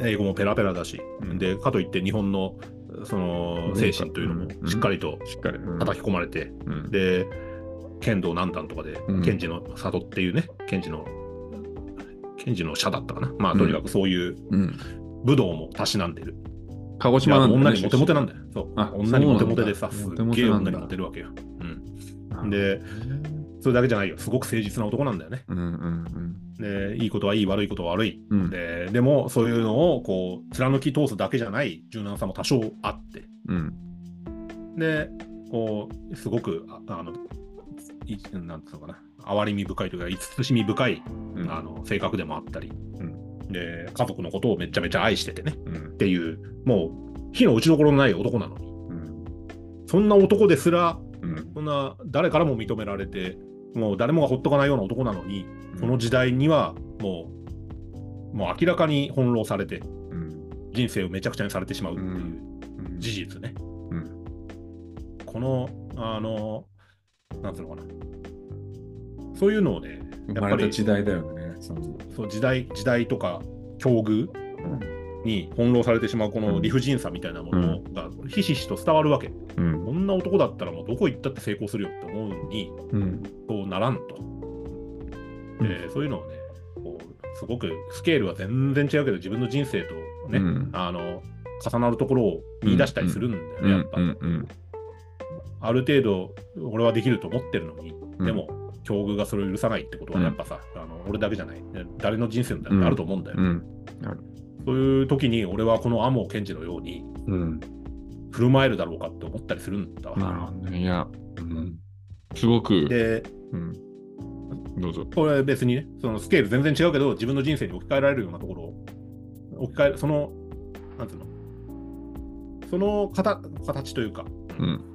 Speaker 2: 英語もペラペラだし、
Speaker 1: うん
Speaker 2: でかといって日本のその
Speaker 1: 文化
Speaker 2: 精神というのも
Speaker 1: うん
Speaker 2: しっかりと
Speaker 1: しっかりうん
Speaker 2: 叩き込まれて、
Speaker 1: うん
Speaker 2: で剣道何段とかで、
Speaker 1: うん
Speaker 2: 賢治の里っていうね、賢治の、賢治の社だったかな。まあ、とにかくそういう
Speaker 1: うん。
Speaker 2: 武道もたしなんでる。
Speaker 1: 鹿児
Speaker 2: いや
Speaker 1: 島なんだ、ね、
Speaker 2: 女にモテモテなんんだよ。そう。
Speaker 1: あ
Speaker 2: 女にモテモテでさ、
Speaker 1: そう
Speaker 2: す
Speaker 1: なんだ
Speaker 2: っげえ
Speaker 1: モテモテな
Speaker 2: 女
Speaker 1: んだ
Speaker 2: にモテるわけよ。うん。で、それだけじゃないよ。すごく誠実な男なんだよね。
Speaker 1: うんうん
Speaker 2: で、いいことはいい、悪いことは悪い。
Speaker 1: うん。うん。
Speaker 2: ででもそういうのをこう貫き通すだけじゃない柔軟さも多少あって
Speaker 1: うん。
Speaker 2: でこうすごくああのいなんていうのかな憐れみ深いというか慈しみ深い、
Speaker 1: うん
Speaker 2: あの性格でもあったり、
Speaker 1: う
Speaker 2: で家族のことをめちゃめちゃ愛しててね
Speaker 1: うん
Speaker 2: っていうもう火の打ちどころのない男なのに
Speaker 1: うん
Speaker 2: そんな男ですら
Speaker 1: うん
Speaker 2: そんな誰からも認められてもう誰もがほっとかないような男なのにこの時代にはもうもう明らかに翻弄されて
Speaker 1: うん
Speaker 2: 人生をめちゃくちゃにされてしまうっていう
Speaker 1: うん
Speaker 2: 事実ね。
Speaker 1: うん
Speaker 2: この、あの、なんつうのかな。そういうのをね、
Speaker 1: 生まれた時代だよね。その
Speaker 2: そう時代、時代とか境遇に翻弄されてしまうこの理不尽さみたいなものがひしひしと伝わるわけ。
Speaker 1: うん
Speaker 2: こんな男だったらもうどこ行ったって成功するよって思うのに、
Speaker 1: うん
Speaker 2: そうならんと。でそういうのをね、こうすごくスケールは全然違うけど、自分の人生と
Speaker 1: う
Speaker 2: ね、
Speaker 1: ん
Speaker 2: あの、重なるところを見出したりするんだよね、
Speaker 1: うん
Speaker 2: やっぱ。
Speaker 1: うんうん
Speaker 2: ある程度俺はできると思ってるのに、
Speaker 1: うん
Speaker 2: でも境遇がそれを許さないってことは
Speaker 1: うん
Speaker 2: やっぱさ、あの俺だけじゃない誰の人生だってあると思うんだよ、
Speaker 1: うん
Speaker 2: そういう時に俺はこの天を賢治のように
Speaker 1: うん
Speaker 2: 振る舞えるだろうかって思ったりするんだわ、
Speaker 1: なるほどね。いや、うんすごく、
Speaker 2: で
Speaker 1: うんどうぞ。
Speaker 2: これ別にねそのスケール全然違うけど自分の人生に置き換えられるようなところを置き換えそのなんていうのその形形というか
Speaker 1: うん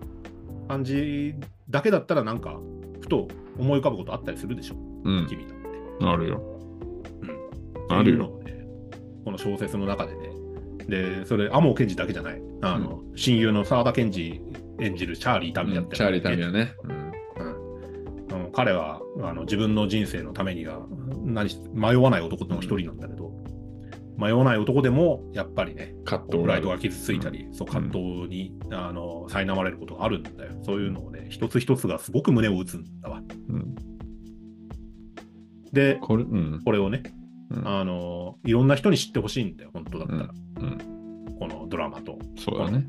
Speaker 2: 感じだけだったらなんかふと思い浮かぶことあったりするでしょ
Speaker 1: うん
Speaker 2: 君だって。
Speaker 1: あるよ。
Speaker 2: って
Speaker 1: あ
Speaker 2: い
Speaker 1: る
Speaker 2: うの
Speaker 1: よ。
Speaker 2: をね、この小説の中でね、で、それ、天羽賢治だけじゃない、あの、親友の沢田賢治演じるチャーリー・タミヤって、
Speaker 1: チャーリー・タミ
Speaker 2: ヤ。
Speaker 1: ヤね。うん
Speaker 2: あの彼はあの自分の人生のためには何し迷わない男の一人なんだけど、迷わない男でも、やっぱりね、
Speaker 1: カット
Speaker 2: プ
Speaker 1: を
Speaker 2: ライドが傷ついたり、そう葛藤に、あの苛まれることがあるんだよ。そういうのをね、一つ一つがすごく胸を打つんだわ。
Speaker 1: うん
Speaker 2: で、
Speaker 1: これ、うん。
Speaker 2: これをね、
Speaker 1: うん
Speaker 2: あのいろんな人に知ってほしいんだよ、本当だったら。
Speaker 1: うんうん
Speaker 2: このドラマと
Speaker 1: そうだね。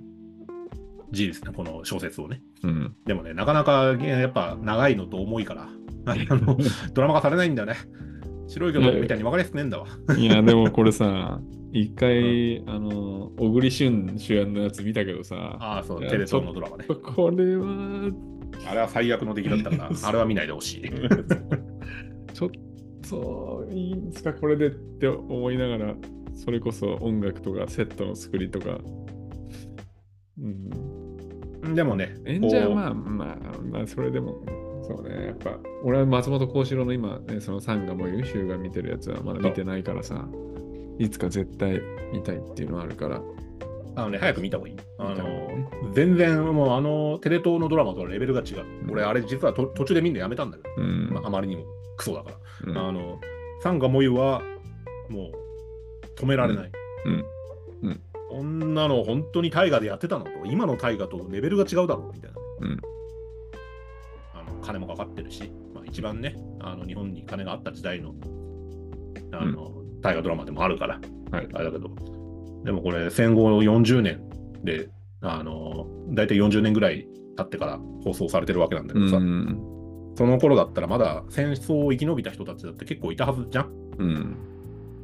Speaker 2: 事実、この小説をね。
Speaker 1: うん。
Speaker 2: でもね、なかなかえーやっぱ長いのと重いから、あのドラマ化されないんだよね。白いけどみたいに分かりやすくねえんだわ。
Speaker 1: いや、でもこれさ、一回、あの、小栗旬主演のやつ見たけどさ、
Speaker 2: ああ、そう、
Speaker 1: いや
Speaker 2: テレ東のドラマね。
Speaker 1: これは、
Speaker 2: あれは最悪の出来だったから、あれは見ないでほしい。
Speaker 1: ちょっと、いいんですか、これでって思いながら、それこそ音楽とかセットの作りとか、うん、
Speaker 2: でもね、
Speaker 1: 演者はまあまあ、まあ、それでも、そうね、やっぱ、俺は松本幸四郎の今、ね、そのサンガも優秀が見てるやつはまだ見てないからさ、いつか絶対見たいっていうのはあるから、
Speaker 2: こうあのね、早く見た方がいい。あ
Speaker 1: 見た方が
Speaker 2: の
Speaker 1: いいね
Speaker 2: 全然もうあのテレ東のドラマとはレベルが違う。俺、あれ実はと途中で見るのやめたんだけど、
Speaker 1: うん
Speaker 2: まああまりにもクソだから。
Speaker 1: うん
Speaker 2: あの、サンガモユは、もう、止められない。
Speaker 1: うんうん
Speaker 2: こんなの本当に大河でやってたのと、今の大河とレベルが違うだろうみたいな。
Speaker 1: うん
Speaker 2: あの金もかかってるし、まあ、一番ね、あの日本に金があった時代のあの、大河ドラマでもあるから、
Speaker 1: はい
Speaker 2: あれだけど、でもこれ、戦後40年で、あの大体40年ぐらい経ってから放送されてるわけなんだけ
Speaker 1: う
Speaker 2: ど
Speaker 1: ん
Speaker 2: さ、
Speaker 1: うん
Speaker 2: その頃だったらまだ戦争を生き延びた人たちだって結構いたはずじゃん。
Speaker 1: うん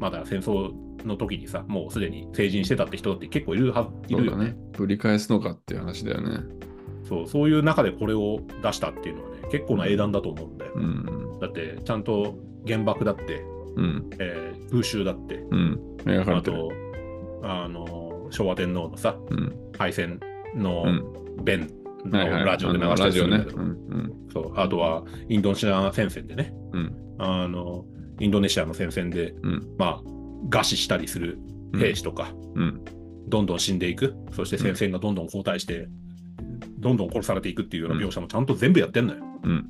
Speaker 2: まだ戦争の時にさ、もうすでに成人してたって人だって結構いるはずい
Speaker 1: そう
Speaker 2: るよ
Speaker 1: だね
Speaker 2: ね。
Speaker 1: ぶり返すのかっていう話だよね
Speaker 2: そうそういう中でこれを出したっていうのはね、結構な英断だと思うんだよ。
Speaker 1: うん
Speaker 2: だって、ちゃんと原爆だって、
Speaker 1: うん
Speaker 2: えー空襲だって、
Speaker 1: うん描かれ
Speaker 2: あ
Speaker 1: てる
Speaker 2: と、あの、昭和天皇のさ、
Speaker 1: うん
Speaker 2: 敗戦の
Speaker 1: うん
Speaker 2: 弁の
Speaker 1: はいはい
Speaker 2: ラジオで流
Speaker 1: あの
Speaker 2: した
Speaker 1: ラ
Speaker 2: りす
Speaker 1: ジ
Speaker 2: る
Speaker 1: オね
Speaker 2: んだけど、
Speaker 1: うん
Speaker 2: そうあとはインドネシア戦線でね、
Speaker 1: うん
Speaker 2: あの、インドネシアの戦線で、
Speaker 1: うん
Speaker 2: まあ、餓死したりする
Speaker 1: うん
Speaker 2: 兵士とか、
Speaker 1: うん
Speaker 2: どんどん死んでいく、そして戦線がどんどん後退して、どんどん殺されていくっていうような描写もちゃんと全部やってんのよ。
Speaker 1: うん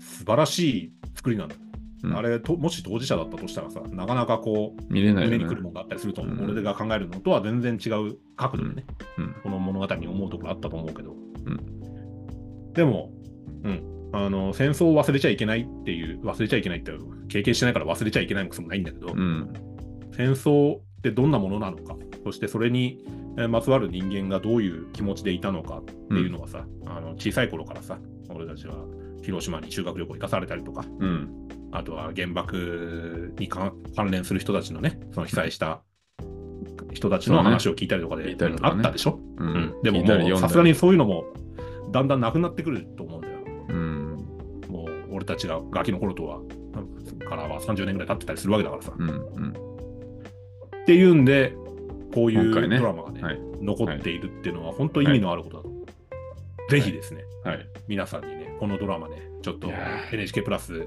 Speaker 2: 素晴らしい作りなんだよ。
Speaker 1: うん
Speaker 2: あれと、もし当事者だったとしたらさ、なかなかこう、
Speaker 1: 見れないよ
Speaker 2: 胸に
Speaker 1: ね
Speaker 2: くるものがあったりすると思う、
Speaker 1: うん
Speaker 2: 俺が考えるのとは全然違う角度でね、
Speaker 1: うん
Speaker 2: この物語に思うところあったと思うけど、でも、うん、ああの戦争を忘れちゃいけないっていう忘れちゃいけないって経験してないから忘れちゃいけないもくそもないんだけど、
Speaker 1: うん。
Speaker 2: 戦争ってどんなものなのかそしてそれにえーまつわる人間がどういう気持ちでいたのかっていうのはさ、あの小さい頃からさ俺たちは広島に修学旅行行かされたりとか
Speaker 1: うん。
Speaker 2: あとは原爆にか関連する人たちのねその被災した人たちの話を聞いたりとかで、
Speaker 1: 聞いたりとか
Speaker 2: あ
Speaker 1: ね
Speaker 2: ったでしょ、
Speaker 1: う
Speaker 2: うんでももうさすがに。そういうのもだんだんなくなってくると思うんだよ
Speaker 1: うん。
Speaker 2: もう俺たちがガキの頃とはからは30年ぐらい経ってたりするわけだからさ、
Speaker 1: うん。
Speaker 2: っていうんで、こういう
Speaker 1: 今
Speaker 2: ド
Speaker 1: 回ね
Speaker 2: ラマがね、
Speaker 1: はい
Speaker 2: 残っているっていうのは、本当に意味のあることだと。ぜひですね、
Speaker 1: はい。
Speaker 2: 皆さんにね、このドラマね、ちょっと
Speaker 1: いやー
Speaker 2: NHK プラス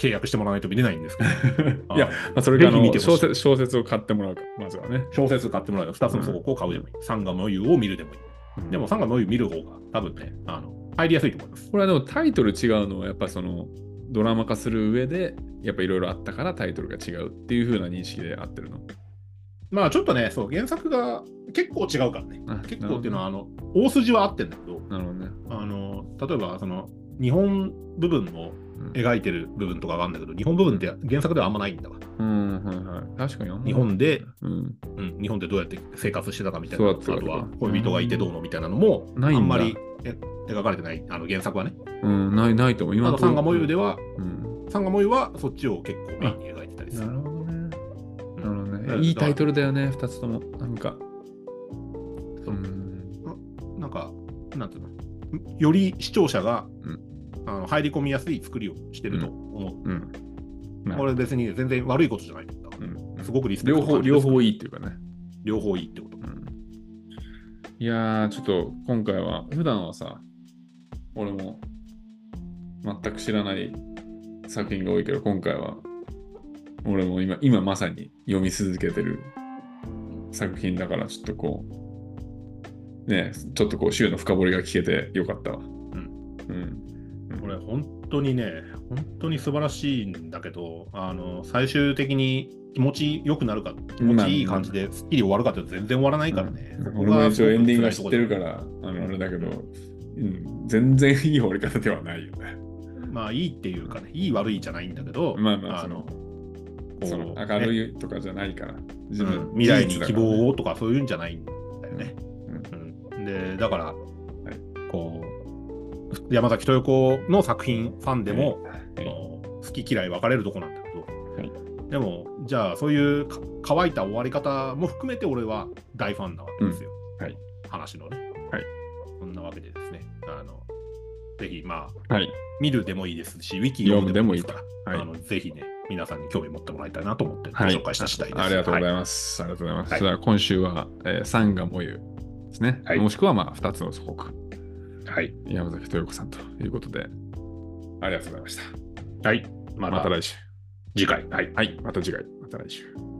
Speaker 2: 契約してもらわないと見れないんですけ
Speaker 1: 、
Speaker 2: ど
Speaker 1: いや
Speaker 2: あの、
Speaker 1: まあ、それがあ
Speaker 2: ぜひ見
Speaker 1: の
Speaker 2: て
Speaker 1: 小
Speaker 2: ほしい
Speaker 1: 説小説を買ってもらうか、まずはね。
Speaker 2: 小説買ってもらうよ。2つの倉庫を買うでもいい。三河の湯を見るでもいい。でも、三河の湯見る方が、多分ね、あの入りやすいと思います。
Speaker 1: これはでもタイトル違うのはやっぱそのドラマ化する上でやっぱいろいろあったからタイトルが違うっていう風な認識で合ってるの。
Speaker 2: まあ、ちょっとね、そう、原作が結構違うからね。
Speaker 1: あ
Speaker 2: 結構っていうのは、あの、大筋は合ってるんだけど、
Speaker 1: なるほどね。
Speaker 2: あの例えばその日本部分を
Speaker 1: うん
Speaker 2: 描いてる部分とかがあるんだけど、日本部分って原作ではあんまないんだわ。
Speaker 1: うん、はいはい。確かにあんま
Speaker 2: 日本で、
Speaker 1: うん。
Speaker 2: うん、日本でどうやって生活してたかみたいな、
Speaker 1: そうだったわ
Speaker 2: あ
Speaker 1: け
Speaker 2: と
Speaker 1: だ
Speaker 2: は恋人がいてどうのみたいなのも、
Speaker 1: ないんだ
Speaker 2: あんまりえ描かれてない、あの原作はね。
Speaker 1: うん、ないないと思う。
Speaker 2: た
Speaker 1: 今
Speaker 2: だ、サンガモユでは、
Speaker 1: うん。
Speaker 2: サンガモユはそっちを結構メインに描いてたりす
Speaker 1: な
Speaker 2: る。
Speaker 1: るほどね。
Speaker 2: う
Speaker 1: な
Speaker 2: ん
Speaker 1: るほど
Speaker 2: だか
Speaker 1: ね。
Speaker 2: ら
Speaker 1: いいタイトルだよね、2つとも。なんか。
Speaker 2: そう
Speaker 1: うん。
Speaker 2: なんか、なんていうの、より視聴者が、
Speaker 1: うん
Speaker 2: あの入り込みやすい作りをしてると思う。
Speaker 1: うん。うん
Speaker 2: これ別に全然悪いことじゃないんだから。すごくリスペク
Speaker 1: 両
Speaker 2: ト
Speaker 1: 方、
Speaker 2: 感じま
Speaker 1: 両
Speaker 2: す
Speaker 1: 方いいっていうかね。
Speaker 2: 両方いいってこと。
Speaker 1: いやー、ちょっと今回は、普段はさ、俺も全く知らない作品が多いけど、今回は、俺も今、今まさに読み続けてる作品だから、ちょっとこう、ね、ちょっとこう、週の深掘りが聞けてよかったわ。うん。
Speaker 2: これ本当にね、本当に素晴らしいんだけど、あの最終的に気持ち良くなるか、気持ちいい感じですっきり終わるかって全然終わらないからね。そこ
Speaker 1: 俺
Speaker 2: が。
Speaker 1: も一応エンディングは知ってるからら、あのあれだけど、うん、全然いい終わり方ではないよね。
Speaker 2: まあいいっていうかね、いい悪いじゃないんだけど、
Speaker 1: まあまあ
Speaker 2: の
Speaker 1: そ
Speaker 2: こう
Speaker 1: その明
Speaker 2: ね
Speaker 1: るいとかじゃないから、自
Speaker 2: うん未来に
Speaker 1: 事実だ
Speaker 2: 希
Speaker 1: からね
Speaker 2: 望をとかそういうんじゃないんだよね。うんで、だから、こう、山崎豊子の作品、ファンでも、
Speaker 1: はい
Speaker 2: もう好き嫌い分かれるとこなんだけど、
Speaker 1: はい
Speaker 2: でもじゃあそういうか乾いた終わり方も含めて俺は大ファンなわけですよ、
Speaker 1: うんはい
Speaker 2: 話のね、
Speaker 1: はい
Speaker 2: そんなわけでですねあのぜひまあ
Speaker 1: はい。
Speaker 2: 見るでもいいですしウィキ
Speaker 1: 読むでもいい
Speaker 2: でもいいですから、
Speaker 1: はい
Speaker 2: あのぜひね皆さんに興味持ってもらいたいなと思ってご
Speaker 1: はい
Speaker 2: 紹介した次第です、
Speaker 1: ありがとうござい
Speaker 2: は
Speaker 1: ます。ありがとうございます。
Speaker 2: はい
Speaker 1: じゃあ今週は、えー、サンガモユですね。
Speaker 2: はい
Speaker 1: もしくはまあ2つの祖国、
Speaker 2: い、はい
Speaker 1: 山崎豊子さんということで、ありがとうございました。
Speaker 2: はいま
Speaker 1: また
Speaker 2: た
Speaker 1: 来週。
Speaker 2: 次回はい
Speaker 1: はい、また次回。また来週。